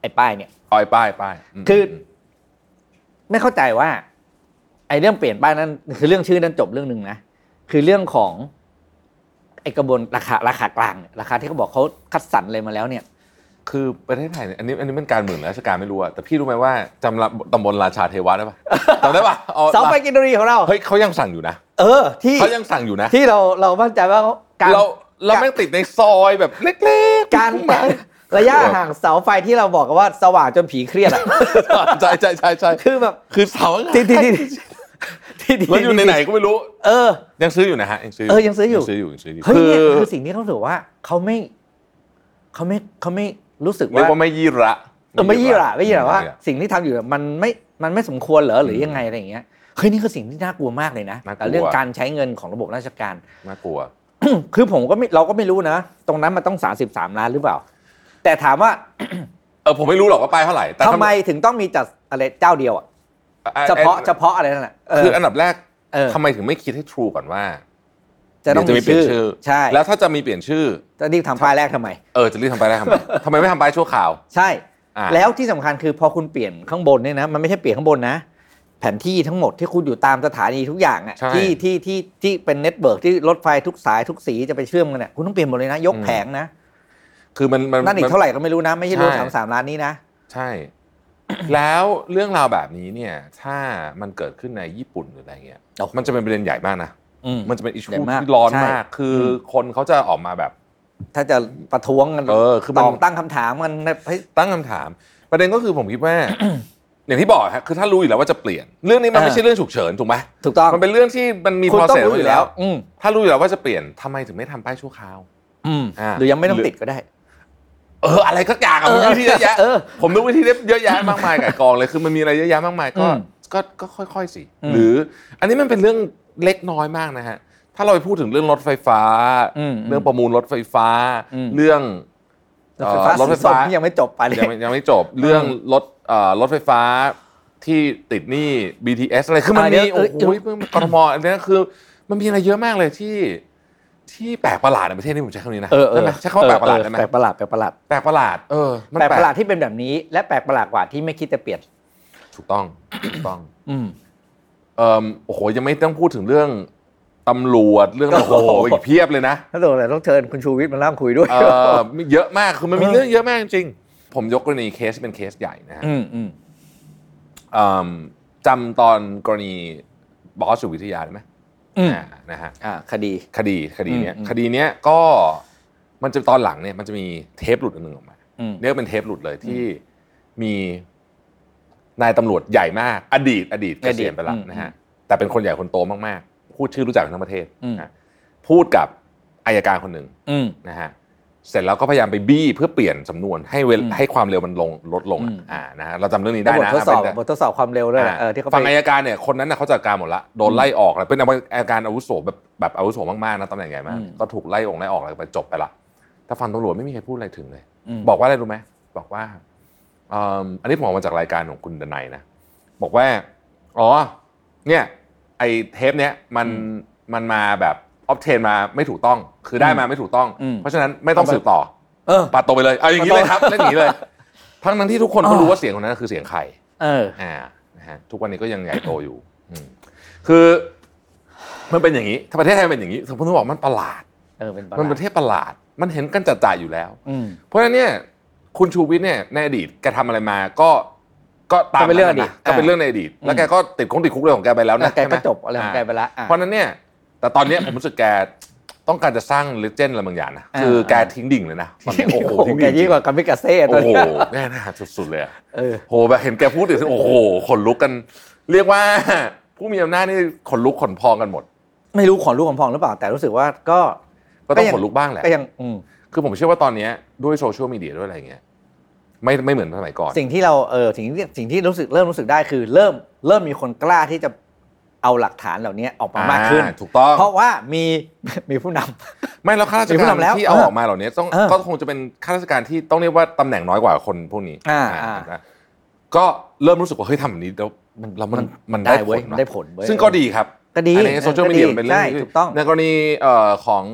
S3: ไอ้ป้ายเนี่ย
S2: ปล่อยป้ายป้ายม
S3: คืออื ไม่เข้าใจว่า ไอ้เรื่องเปลี่ยนป้ายนั้น คือเรื่องชื่อนั้นจบเรื่องหนึ่งนะคือเรื่องของไอ้กระบวนราคาราคากลางเนี่ยราคาที่เขาบอกเขาคัดสรรเลยมาแล้วเนี่ย
S2: คือประเทศไทยเนี่ยอันนี้อันนี้มันการเมืองราชการไม่รู้อะแต่พี่รู้ไหมว่าจำละตำบลราชาเทวะได้ปะจำได้ปะอ๋อ
S3: เสาไฟกินดรีของเรา
S2: เฮ้ยเขายังสั่งอยู่นะ
S3: เออที่
S2: เขายังสั่งอยู่นะ
S3: ที่เราเรามั่นใจว่าการ
S2: เราเรา
S3: การ
S2: แม่งติดในซอยแบบเล็กๆ
S3: การ
S2: พุ่งมา
S3: ระยะ
S2: เออ
S3: ห่างเสาไฟที่เราบอกกันว่าสว่างจนผีเครียดอะ
S2: ใช่ใช่ใช่ใช่
S3: คือแบบ
S2: คือเสาข้างหลัง
S3: ที่ที่ที่ที่ที่
S2: แล้วอยู่ในไหนก็ไม่รู้
S3: เออ
S2: ยังซื้ออยู่นะฮะยังซื้อ
S3: เออยังซื้ออยู่
S2: ยังซื้ออยู่ยังซื้ออยู่
S3: เฮ้ย
S2: คื
S3: เนี่ย
S2: อ
S3: คือสิ่งที่เขาถือว่าเขาไม่เขาไม่เขาไม่รู้สึก
S2: เรีย
S3: ว่าก
S2: ว่าไม่ยี่ระ
S3: เออไม่ยี่หระไม่ยี่หระว่า
S2: ไม่ยี่
S3: สิ่งที่ทำอยู่เนี่ยมันไม่มันไม่สมควรเหรอหรือยังไงอะไรอย่างเงี้ยเฮ้ยนี่คือสิ่งที่น่ากลัวมากเลยนะแต่เรื่องการใช้เงินของระบบราชการ
S2: น่ากลัว
S3: คือผมก็ไม่เราก็ไม่รู้นะ ตรงนั้นมันต้อง 33 ล้านหรือเปล่า แต่ถามว่า
S2: เออผมไม่รู้หรอกว่าป้ายเท่าไหร่แต่
S3: ทำไมถึงต้องมีจัดอะไรเจ้าเดียวอ่ะ
S2: อ่อ
S3: เฉพาะ
S2: อ่อ
S3: เฉพาะอะไรนั่นแหละเ
S2: คืออันดับแรก
S3: เออ
S2: ทำไมถึงไม่คิดให้ True ก่อนว่า
S3: จะต้อง
S2: เดี๋ยว
S3: มี
S2: มีเปลี่ยนชื่อ
S3: ใช่
S2: แล้วถ้าจะมีเปลี่ยนชื่อ
S3: จะรีบทำป้ายแรกทำไม
S2: เออจะรีบทำป้ายแรกทำไม ทำไมไม่ทำป้ายชั่วคราว
S3: ใช่
S2: อ่ะ
S3: แล้วที่สำคัญคือพอคุณเปลี่ยนข้างบนเนี่ยนะ มันไม่ใช่เปลี่ยนข้างบนนะ แผนที่ทั้งหมดที่คุณอยู่ตามสถานีทุกอย่างอ่ะ
S2: ใช่
S3: ที่ที่ที่ที่เป็นเน็ตเบิร์กที่รถไฟทุกสายทุกสีจะไปเชื่อมกันเนี่ยคุณต้องเปลี่ยนหมดเลยนะ ยก
S2: อืม
S3: แผงนะ
S2: คือมันมัน
S3: นั่นอี
S2: มั
S3: กเท่าไหร่ก็ไม่รู้นะ ไม่ใช่รถ
S2: ใช่
S3: สามสามล้านนี้นะ
S2: ใช่ แล้วเรื่องราวแบบนี้เนี่ย ถ้ามันเกิดขึ้นในญี่ปุ่นหรืออะไรเงี้ย
S3: โอ้โห
S2: มันจะเป็นประเด็นใหญ่มากนะ
S3: อืม
S2: มันจะเป็นอิชชู
S3: ใหญ่มาก
S2: ที่ร้อน
S3: ใช่
S2: มาก คืออ
S3: ม
S2: คนเขาจะออกมาแบบ
S3: ถ้าจะประท้วงกัน
S2: เออคือมัน
S3: ตอบตั้งคำถามกันนะเฮ้ย
S2: ตั้งคำถาม ประเด็นก็คือผมคิ ดว่า อย่างที่บอกฮะคือถ้ารู้อยู่แล้วว่าจะเปลี่ยน เรื่องนี้มัน
S3: เออ
S2: ไม่ใช่เรื่องฉุกเฉินถูกไหม
S3: ถูกต้อง
S2: มันเป็นเรื่องที่มันมี
S3: คุณ
S2: พอ
S3: ต้อง
S2: เสร็จ
S3: รู้อยู่แล้ว อืม
S2: ถ้ารู้อยู่แล้วว่าจะเปลี่ยนทำไมถึงไม่ทำป้ายชั่วคราว
S3: อืม
S2: อ่า
S3: หรือยังไม่ต้องติดก็ได้
S2: เอออะไรก็อยากอะมันมีวิธีเยอะแยะ
S3: เออ
S2: ผมนึกวิธีเยอะแยะมากมายไก่กองเลยคือมันมีอะไรเยอะแยะมากมายก็
S3: อืม
S2: ก็ก็ค่อยๆสิ
S3: อืม
S2: หรือ อันนี้มันเป็นเรื่องเล็กน้อยมากนะฮะถ้าเราไปพูดถึงเรื่องรถไฟฟ้า
S3: อืม
S2: เรื่องประมูลรถไฟฟ้า
S3: อืม
S2: เรื่อง
S3: รถไฟฟ้าร
S2: ถไฟ
S3: สีส้ม
S2: ฟ้า
S3: ที่ยังไม่จบไปเลย
S2: ยังไม่ยังไม่จบเรื่องรถเอ่อรถไฟฟ้าที่ติดหนี้ BTS อะไรคือมัน
S3: อ่าเดี๋
S2: มี
S3: ยว
S2: โอ้
S3: เอ
S2: โห
S3: อ
S2: เพิ่งกรทมอันนี้คือ มันมีอะไรเยอะมากเลยที่ที่แปลกประหลาดในประเทศนี้ผมใช้คำนี้นะ
S3: เออเอ
S2: ได้
S3: อ
S2: ไหมใช้คำว่าแปลกประหลาด
S3: เออ
S2: ได้ไหม
S3: แปลกประหลาดแปลกประหลาด
S2: แปลกประหลาด เออ มัน
S3: แปลกประหลาดที่เป็นแบบนี้ และแปลกประหลาดกว่าที่ไม่คิดจะเปลี่ยน
S2: ถูกต้อง ถูกต้อง
S3: อืม
S2: เอ่อโอ้โห ยังไม่ต้องพูดถึงเรื่องตำรวจ เรื่อง
S3: โอ้
S2: โอ้
S3: โห
S2: โห อีกเพียบเลยนะ
S3: ถ้าโดนอะไรต้องเชิญคุณชูวิทย์มาล่างคุยด้วย
S2: เออมีเยอะมาก คือมันมี
S3: เออ
S2: เรื่องเยอะมากจริงๆผมยกกรณีเคสที่เป็นเคสใหญ่นะฮะ
S3: อืมอืม
S2: เอิ่มจำตอนกรณีบอสสุวิทยาได้ไหม
S3: อืม
S2: อ่านะฮะ
S3: อ่าคดี
S2: คดี คดีเนี้ย
S3: อืมอืม
S2: คดีเนี้ยก็ มันจะตอนหลังเนี่ย มันจะมีเทปหลุดอันหนึ่งออกมา
S3: อืม
S2: เรียกเป็นเทปหลุดเลยที่มีนายตำรวจใหญ่มาก อดีต อดีตเก
S3: อดีต
S2: ษียณไปแล้ว
S3: อืม
S2: นะฮะแต่เป็นคนใหญ่คนโตมากๆ พูดชื่อรู้จักกันทั้งประเทศ
S3: อืม
S2: นะพูดกับอายการคนหนึ่ง
S3: อืม
S2: นะฮะเสร็จแล้วก็พยายามไปบี้เพื่อเปลี่ยนสำนวนให้เวล
S3: อืม
S2: ให้ความเร็วมันลงลดลงอะ
S3: อืม
S2: อ่านะฮะเราจำเรื่องนี้
S3: ได้
S2: ได้
S3: บท
S2: นะ
S3: ทดสอบ
S2: เป็น
S3: บททดสอบความเร็วด้วยนะเออที่เขาไป
S2: ฝั่งอายการเนี่ยคนนั้นน่ะเขาจัดการหมดละโดนไล่ออกเลยเป็นอายการอาวุโสแบบแบบอาวุโสมากๆนะตำแหน่งใหญ่มาก
S3: อืม
S2: ก็ถูกไล่องไล่ออกอะไรไปจบไปละแต่ฝั่งตำรวจไม่มีใครพูดอะไรถึงเลย
S3: ม
S2: บอกว่าอะไรรู้ไหมบอกว่าเอิ่มอันนี้ผมเออกมาจากรายการของคุณดนัยนะ บอกว่า อ๋อ เนี่ย ไอเทปเนี้ยมันมันมาแบบออฟเทนมาไม่ถูกต้อง คือได้มาไม่ถูกต้อง เพราะฉะนั้นไม่ต้องสืบต่อ
S3: เออ
S2: ปัดตัวไปเลย เอาอย่างนี้เลยครับ
S3: ปัดตัว
S2: เล่นอย่างนี้ เลย ทั้งนั้นที่ทุกคนก็
S3: อ๋อ
S2: รู้ว่าเสียงคนนั้นคือเสียงใคร
S3: เออ
S2: อ่านะฮะทุกวันนี้ก็ยังใหญ่โตอยู่อืมคือมันเป็นอย่างนี้ ถ้าประเทศไทยเป็นอย่างนี้ผมต้องบอกมันประหลาด
S3: เออเป็น
S2: มันเป็นประเทศประหลาด มันเห็นกันจัดจ่าอยู่แล้ว
S3: อืม
S2: เพราะฉะนั้นเนี่ยคุณชูวิทย์เนี่ยในอดีตแกทำอะไรมาก็ก็ตาม
S3: ก็เป็นเรื่องอดีต
S2: นะก็เป็นเรื่องในอดีต แล้วแกก็ติดคุกติดคุกเรื่องของแกไปแล้วนะ
S3: แกก็
S2: ใช่หม
S3: จบอะไรของแกไปละอ่ะ
S2: เพราะฉะนั้นเนี่ยแต่ตอนเนี้ยผมรู้สึกแกต้องการจะสร้างเลเจนด์อะไรบางอย่างนะ
S3: อ่า
S2: คือแกทิ้งดิ่งเลยนะตอนเนี้ยโอ้โหทิ้ง
S3: แก
S2: ดิ่งจริ
S3: ยิ่ง
S2: ง
S3: กว่ากามิกาเซ่ตัว
S2: โอ้โห
S3: เนี้ย
S2: แน่นะสุดๆเลยอะ
S3: เออ
S2: โหแบบเห็นแกพูดถึงโอ้โหขนลุกกัน เรียกว่า ผู้มีอำนาจนี่ขนลุกขนพองกันหมด
S3: ไม่รู้ขอนรู้ของพองหรือเปล่าแต่รู้สึกว่าก็
S2: ก็ต้อง
S3: ยั
S2: ขนลุกบ้างแหละ
S3: ก็ยังอืม
S2: คือผมเชื่อว่าตอนเนี้ยด้วยโซเชียลมีเดียด้วยอะไรอย่างเงี้ยไม่ไม่เหมือนสมัยก่อน
S3: สิ่งที่เราเออสิ่งที่สิ่งที่รู้สึกเริ่มรู้สึกได้คือเริ่มเริ่มมีคนกล้าที่จะเอาหลักฐานเหล่านี้ออกมามากขึ้น
S2: อ่ถูกต้อง
S3: เพราะว่ามีมีผู้นำ
S2: ไม่แล้วข้าราช
S3: มีผู้
S2: การ
S3: นำแล้ว
S2: ที่เอา
S3: เออ
S2: ออกมาเหล่านี้ต้อง
S3: เออ
S2: ก็คงจะเป็นข้าราชการที่ต้องเรียกว่าตำแหน่งน้อยกว่าคนพวกนี้
S3: อ่า
S2: อ่า
S3: อ่า
S2: นะก็เริ่มรู้สึกว่าเฮ้ยทำแบบนี้แล้วมันแล้วมันมันได้
S3: ได้เว้ย
S2: ผล
S3: ได้
S2: นะ
S3: ผลเว้ย
S2: ซึ่งก็ดีครับ
S3: ก็ดี
S2: อันนี้โซเชียลมีเดีย
S3: ก็ดี
S2: เป็นเรื่อง
S3: ใช่ถูกต้อง
S2: ในกรณีเอ่อของ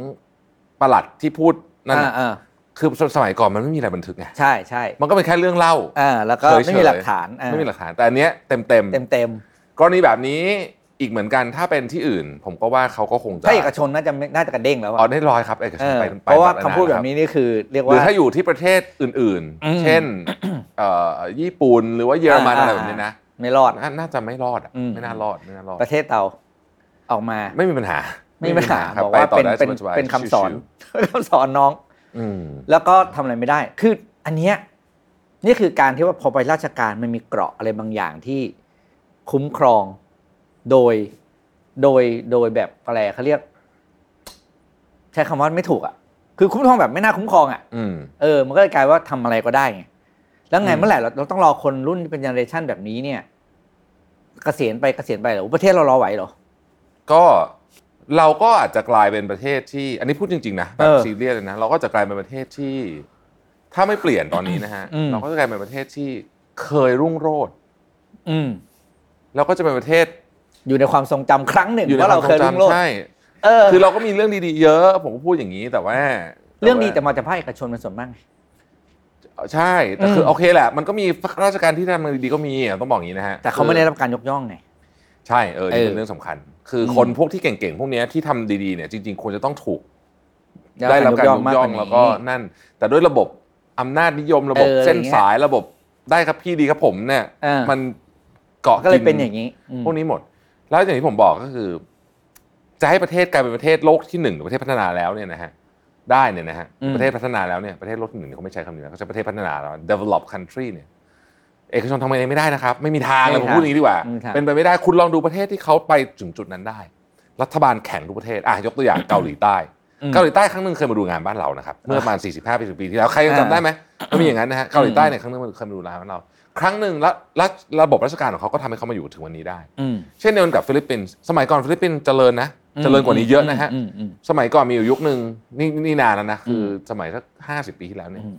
S2: ประหลัดที่พูดนั่น
S3: อ่า
S2: น่ะ
S3: อ่า
S2: คือสมัยก่อนมันไม่มีอะไรบันทึกไง
S3: ใช่ใช่
S2: มันก็เป็นแค่เรื่องเล่า
S3: อ่าแล้วก็
S2: เฉยๆ
S3: ไม่มีหลักฐานอ่า
S2: ไม่มีหลักฐานแต่อันเนี้ยเต็มเต็ม
S3: เต็มเต็ม
S2: ๆกรณีแบบนี้อีกเหมือนกันถ้าเป็นที่อื่น ผมก็ว่าเขาก็คงจะ
S3: ถ้าเอกชนน่าจะน่าจะกระเด้งแล้วอะ
S2: อ๋อได้ร้อยครับเอกช
S3: เอน อ
S2: ไปไป
S3: เพราะว่า
S2: บบ
S3: คำพูด
S2: ล้
S3: แบ
S2: รับ
S3: นี้นี่คือเรียก
S2: หรือ
S3: ว่า
S2: ถ้าอยู่ที่ประเทศอื่น
S3: อืม
S2: ๆ เช่น เอ่อญี่ปุ่นหรือว่าเยอรมันอะไรแบบนี้นะ
S3: ไม่รอด
S2: นาน่าจะไม่รอดอะ
S3: อืม
S2: ไม่น่ารอดไม่น่ารอด
S3: ประเทศเราออกมา
S2: ไม่มีปัญหา
S3: ไม่มีปัญหา
S2: ครับ
S3: บอกว่า
S2: ไต่
S3: เป็น
S2: ได้
S3: เป็น
S2: สบายๆ
S3: เป็นคำสอน
S2: ชิว
S3: คำสอนน้อง
S2: ๆอืม
S3: แล้วก็ทำอะไรไม่ได้ คืออันเนี้ยนี่คือการที่ว่าพอไปราชการมันมีเกราะอะไรบางอย่างที่คุ้มครองโดยโดยโดยแบบอะไรเขาเรียก ใช้คำว่าไม่ถูกอ่ะ คือคุ้มครองแบบไม่น่าคุ้มครองอ่ะ
S2: อืม
S3: เออ มันก็เลยกลายว่าทำอะไรก็ได้ไง แล้วไง
S2: อืม
S3: เมื่อไหร่เราเราต้องรอคนรุ่นที่เป็นเจเนอเรชันแบบนี้เนี่ย เกษียณไปเกษียณไปเหรอประเทศเรารอไหวเหรอ
S2: ก็เราก็อาจจะกลายเป็นประเทศที่ อันนี้พูดจริงๆนะแบ
S3: เอบ อ
S2: ซีเรียสเลยนะเราก็จะกลายเป็นประเทศที่ ถ้าไม่เปลี่ยนตอนนี้นะฮะ
S3: อืม
S2: เราก็จะกลายเป็นประเทศที่เคยรุ่งโรจน์
S3: อืม
S2: เราก็จะเป็นประเทศ
S3: อยู่ในความทรงจำครั้งหนึ่ง
S2: อยู่ใน
S3: ว่า
S2: ความท
S3: เรา
S2: ร
S3: เค
S2: ง
S3: ยรุ่งโร
S2: จำ
S3: จน์
S2: ใช่
S3: เออ
S2: คือเราก็มีเรื่องดีๆเยอะ ผมก็พูดอย่างนี้แต่ว่า
S3: เรื่องดีแต่มาจากภาคเอกชนมันส่วนมาก
S2: ใช่แต่คือ
S3: ม
S2: อโอเคแหละ มันก็มีข้าราชการที่ทำงานดีๆก็มีอ่ะต้องบอกอย่างนี้นะฮะ
S3: แต่เขาไม่ได้รับการยกย่องไง
S2: ใช่เออนี่เป็
S3: เอน อ
S2: เรื่องสำคัญ คืออ
S3: ม
S2: คนพวกที่เก่งๆ พวกเนี้ยที่ทำดีๆเนี่ยจริงๆควรจะต้องถูก
S3: แล้ว
S2: ได้รับการยก
S3: มา
S2: ย่
S3: ว่า
S2: อง
S3: นี้
S2: แล้วก็นั่น แต่ด้วยระบบอำนาจนิยมระบบ
S3: เออ
S2: เส้น
S3: อะไรเงี้ย
S2: สายระบบได้ครับพี่ดีครับผมเนี่ย
S3: เออ
S2: มันเกาะ
S3: ก็เลย
S2: กิ
S3: เป็นอย่างนี้อืม
S2: พวกนี้หมด แล้วอย่างที่ผมบอกก็คือ จะให้ประเทศกลายเป็นประเทศโลกที่หนึ่งหรือประเทศพัฒนาแล้วเนี่ยนะฮะได้เนี่ยนะฮะ
S3: อืม
S2: ประเทศพัฒนาแล้วเนี่ยประเทศโลกที่หนึ่งเขาไม่ใช้คำนี้แล้วเขาใช้ประเทศพัฒนาแล้ว develop country เนี่ยเอกชนทำเองไม่ได้นะครับ ไม่มีทางเลยผมพูดอย่างนี้ดีกว่า
S3: ไม่มีทาง
S2: เป็นไปไม่ได้คุณลองดูประเทศที่เขาไปถึงจุดนั้นได้ รัฐบาลแข่งทุกประเทศอ่ะยกตัวอย่างเกาหลีใต้
S3: อืม
S2: เกาหลีใต้ครั้งหนึ่งเคยมาดูงานบ้านเรานะครับเมื่อประมาณ 45ปีสิบปีที่แล้วใครยังจำได้ไหมมันมีอย่างนั้นนะฮะเกาหลีใต้เนี่ยครั้งหนึ่งมันเคยมาดูงานบ้านเรา ครั้งหนึ่งแล้วแล้วระบบราชการของเขาก็ทำให้เขามาอยู่ถึงวันนี้ได้
S3: อืม
S2: เช่นเดียวกันกับฟิลิปปินส์สมัยก่อนฟิลิปปินส์เจริญนะเจริญกว่านี้เยอะนะฮะ
S3: อืมอืมอืม
S2: สมัยก่อนมีอยู่ยุคหนึ่งนี่นี่นานแล้วนะคืออสมัยสักห้าสิบปีที่แล้วเนี่ย
S3: อืม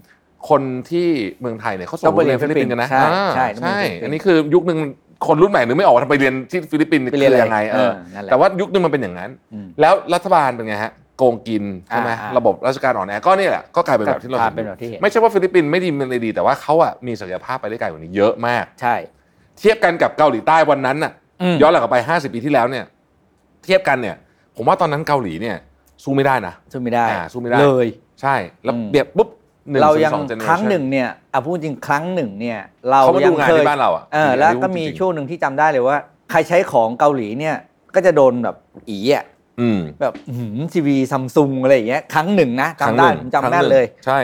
S2: คนที่เมืองไทยเนี่ยเขาส่ง
S3: ต้องไป
S2: ลูกเรียนฟิลิปปินส์กันนะ
S3: ใช่
S2: อ่า
S3: ใช่ต้องไป
S2: ใช่
S3: เรียนฟิลิปปินส์
S2: อันนี้คือยุคหนึ่งคนรุ่นใหม่นึกไม่ออกว่าทำไปเรียนที่ฟิลิปปินส์
S3: ไปเรียน
S2: คือ
S3: อะ
S2: ยังไงเออ
S3: นั่นแหละ
S2: แต่ว่ายุคนึงมันเป็นอย่างนั้น
S3: อืม
S2: แล้วรัฐบาลเป็นไงฮะโกงกินใช่ไหม
S3: อ่าอ่า
S2: ระบบราชการอ่อนแอก็เนี่ยแหละก็กลายเป็นแบบที่เรา
S3: กลา
S2: เห็
S3: ยเป็นแบบที่เห็น
S2: ไม่ใช่ว่าฟิลิปปินส์ไม่ดีมันเลยดี แต่ว่าเขาอะมีศักยภาพไปได้ไกลกว่านี้เยอะมาก
S3: ใช่
S2: เทียบกันกับเกาหลีใต้วันนั้นน่ะ
S3: อืม
S2: ย้อนหลังกลับไป 50 ปีที่แล้วเนี่ย เทียบกันเนี่ย ผมว่าตอนนั้นเกาหลีเนี่ยสู้ไม่ได้นะ
S3: สู้ไม่ได้
S2: อ่าสู้ไม่ได้
S3: เลย
S2: ใช่แล้ว
S3: อืม
S2: เบียบปุ๊บหนึ่ง
S3: เรา
S2: ถึ
S3: ยัง
S2: งสองเจเนอเร
S3: ครั้ง
S2: ชั่น
S3: หนึ่งเนี่ยเอาพูดจริงครั้งหนึ่งเนี่ย เรา
S2: เขามา
S3: ยั
S2: ดู
S3: ง
S2: งาน
S3: เคย
S2: ที่บ้านเราอะ
S3: เออแล้วก็มีช่วงหนึ่งที่จำได้เลยว่า ใครใช้ของเกาหลีเนี่ย ก็จะโดนแบบอีอะ
S2: อืม
S3: แบบทีวีซัมซุงอะไรอย่างเงี้ยครั้งหนึ่งนะจำ
S2: ค
S3: ได้
S2: รั้งหนึ่ง
S3: ผมจำแม่นเลย
S2: ใช่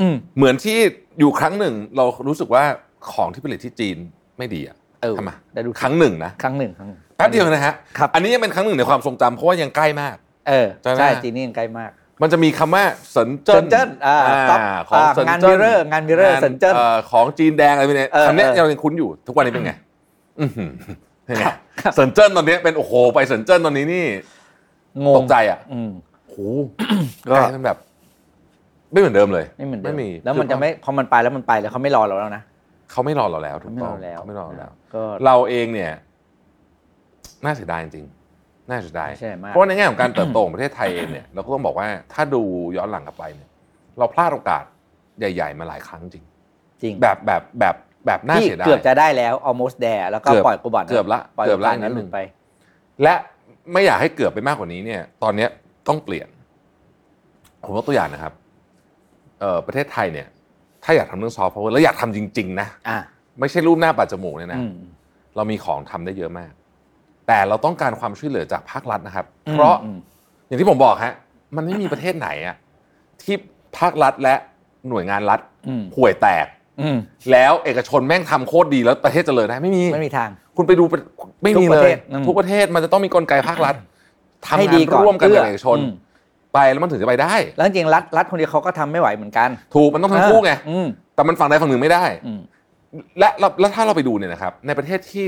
S3: อืม
S2: เหมือนที่อยู่ครั้งหนึ่งเรารู้สึกว่าของที่ผลิตที่จีนไม่ดีอะ
S3: เออ
S2: ทำไม
S3: ได้ดู
S2: ครั้งหนึ่งนะ
S3: ครั้งหนึ่งครั้งหนึ่ง
S2: แป๊บเดียวนะฮะ
S3: ครับ
S2: อันนี้ยังเป็นครั้งหนึ่งในความทรงจำเพราะว่ายังใกล้มาก
S3: เออ
S2: จำได้
S3: ใช่จีนนี่ยังใกล้มาก
S2: มันจะมีคำว่าเซินเจิ้น
S3: เซินเจิ้นอ่าครับ
S2: ของ
S3: อ่า
S2: เซิน
S3: งาน
S2: เจิ้
S3: มิเรอร์งานมิเรอร์เซินเจิ้น
S2: อ่อของจีนแดงอะไรพวกเนี้ย
S3: เออ
S2: คำเนี้ย
S3: เออ
S2: เรายังคุ้นอยู่ ทุกวันนี้เป็นไง อื้อหือเป็นไงเซินเจิ้นตอนเนี้ยเป็นโอ้โหไปเซินเจิ้นตอนนี้นี่
S3: งง
S2: ตกใจอ่ะ
S3: อืม
S2: โอ้โหกลายเป็นแบบ ไม่เหมือนเดิมเลย
S3: ไม่เหมือนเดิม
S2: ไม่มี
S3: แล้วมันจะไม่พอมันไปแล้วมันไปแล้วเขาไม่รอเราแล้วนะ
S2: เขาไม่รอเราแล้วถู
S3: เขา
S2: ก
S3: ไม่
S2: ต้
S3: ร
S2: อ
S3: อง แล้ว
S2: เขาไม่รอเราแล้ว
S3: ก็
S2: เราเองเนี่ย น่าเสียดายจริงๆน่าเสียดาย
S3: น่าเสียดายมาก
S2: เพราะในแง่ของการเติบโตของประเทศไทยเองเนี่ยเราก็ต้องบอกว่าถ้าดูย้อนหลังกลับไปเนี่ย เราพลาดโอกาสใหญ่ ๆ มาหลายครั้งจริง
S3: จริง
S2: แบบแบบแบบแบบน่า
S3: ที่
S2: เสียดาย
S3: เกือบจะได้แล้ว almost there แล้วก็
S2: เกือบ
S3: ปล่อยกูบัต
S2: เกือบละ
S3: ปล่อย
S2: เกือบละ
S3: นั้นห
S2: นิด
S3: ลุ
S2: นึ
S3: ด
S2: ง
S3: ไป
S2: และไม่อยากให้เกือบไปมากกว่านี้เนี่ย ตอนเนี้ยต้องเปลี่ยน ผมยกตัวอย่างนะครับเอ่อประเทศไทยเนี่ย ถ้าอยากทำเรื่องซอฟต์พาวเวอร์แล้วอยากทำจริง ๆ นะ
S3: อ่ะ
S2: ไม่ใช่รูปหน้าปัดจมูกเนี่ยนะ
S3: อืม
S2: เรามีของทำได้เยอะมาก แต่เราต้องการความช่วยเหลือจากภาครัฐนะครับ
S3: อืม
S2: เพราะ
S3: อืม
S2: อย่างที่ผมบอกฮะ มันไม่มีประเทศไหนอะที่ภาครัฐและหน่วยงานรัฐ
S3: อืม
S2: ห่วยแตก
S3: อืม
S2: แล้วเอกชนแม่งทำโคตรดีแล้วประเทศเจริญได้ไม่มี
S3: ไม่มีทาง
S2: คุณไปดูประไม่มี
S3: ทุกป
S2: เล
S3: ระเท
S2: ย
S3: ศอืม
S2: ทุกประเทศมันจะต้องมีกลไกภาครัฐทำ
S3: ให้
S2: งา
S3: ดี
S2: น
S3: ก่อน
S2: ร่วมกัน
S3: เอื้
S2: กั
S3: อบ
S2: เอกชน
S3: อืม
S2: ไปแล้วมันถึงจะไปได้
S3: แล้วจริงๆรัฐรัฐคนเดียวเขาก็ทำไม่ไหวเหมือนกัน
S2: ถูกมันต้องทั้งคู่ไง
S3: อืม
S2: แต่มันฝั่งใดฝั่งหนึ่งไม่ได้
S3: อืม
S2: และเราแล้วถ้าเราไปดูเนี่ยนะครับ ในประเทศที่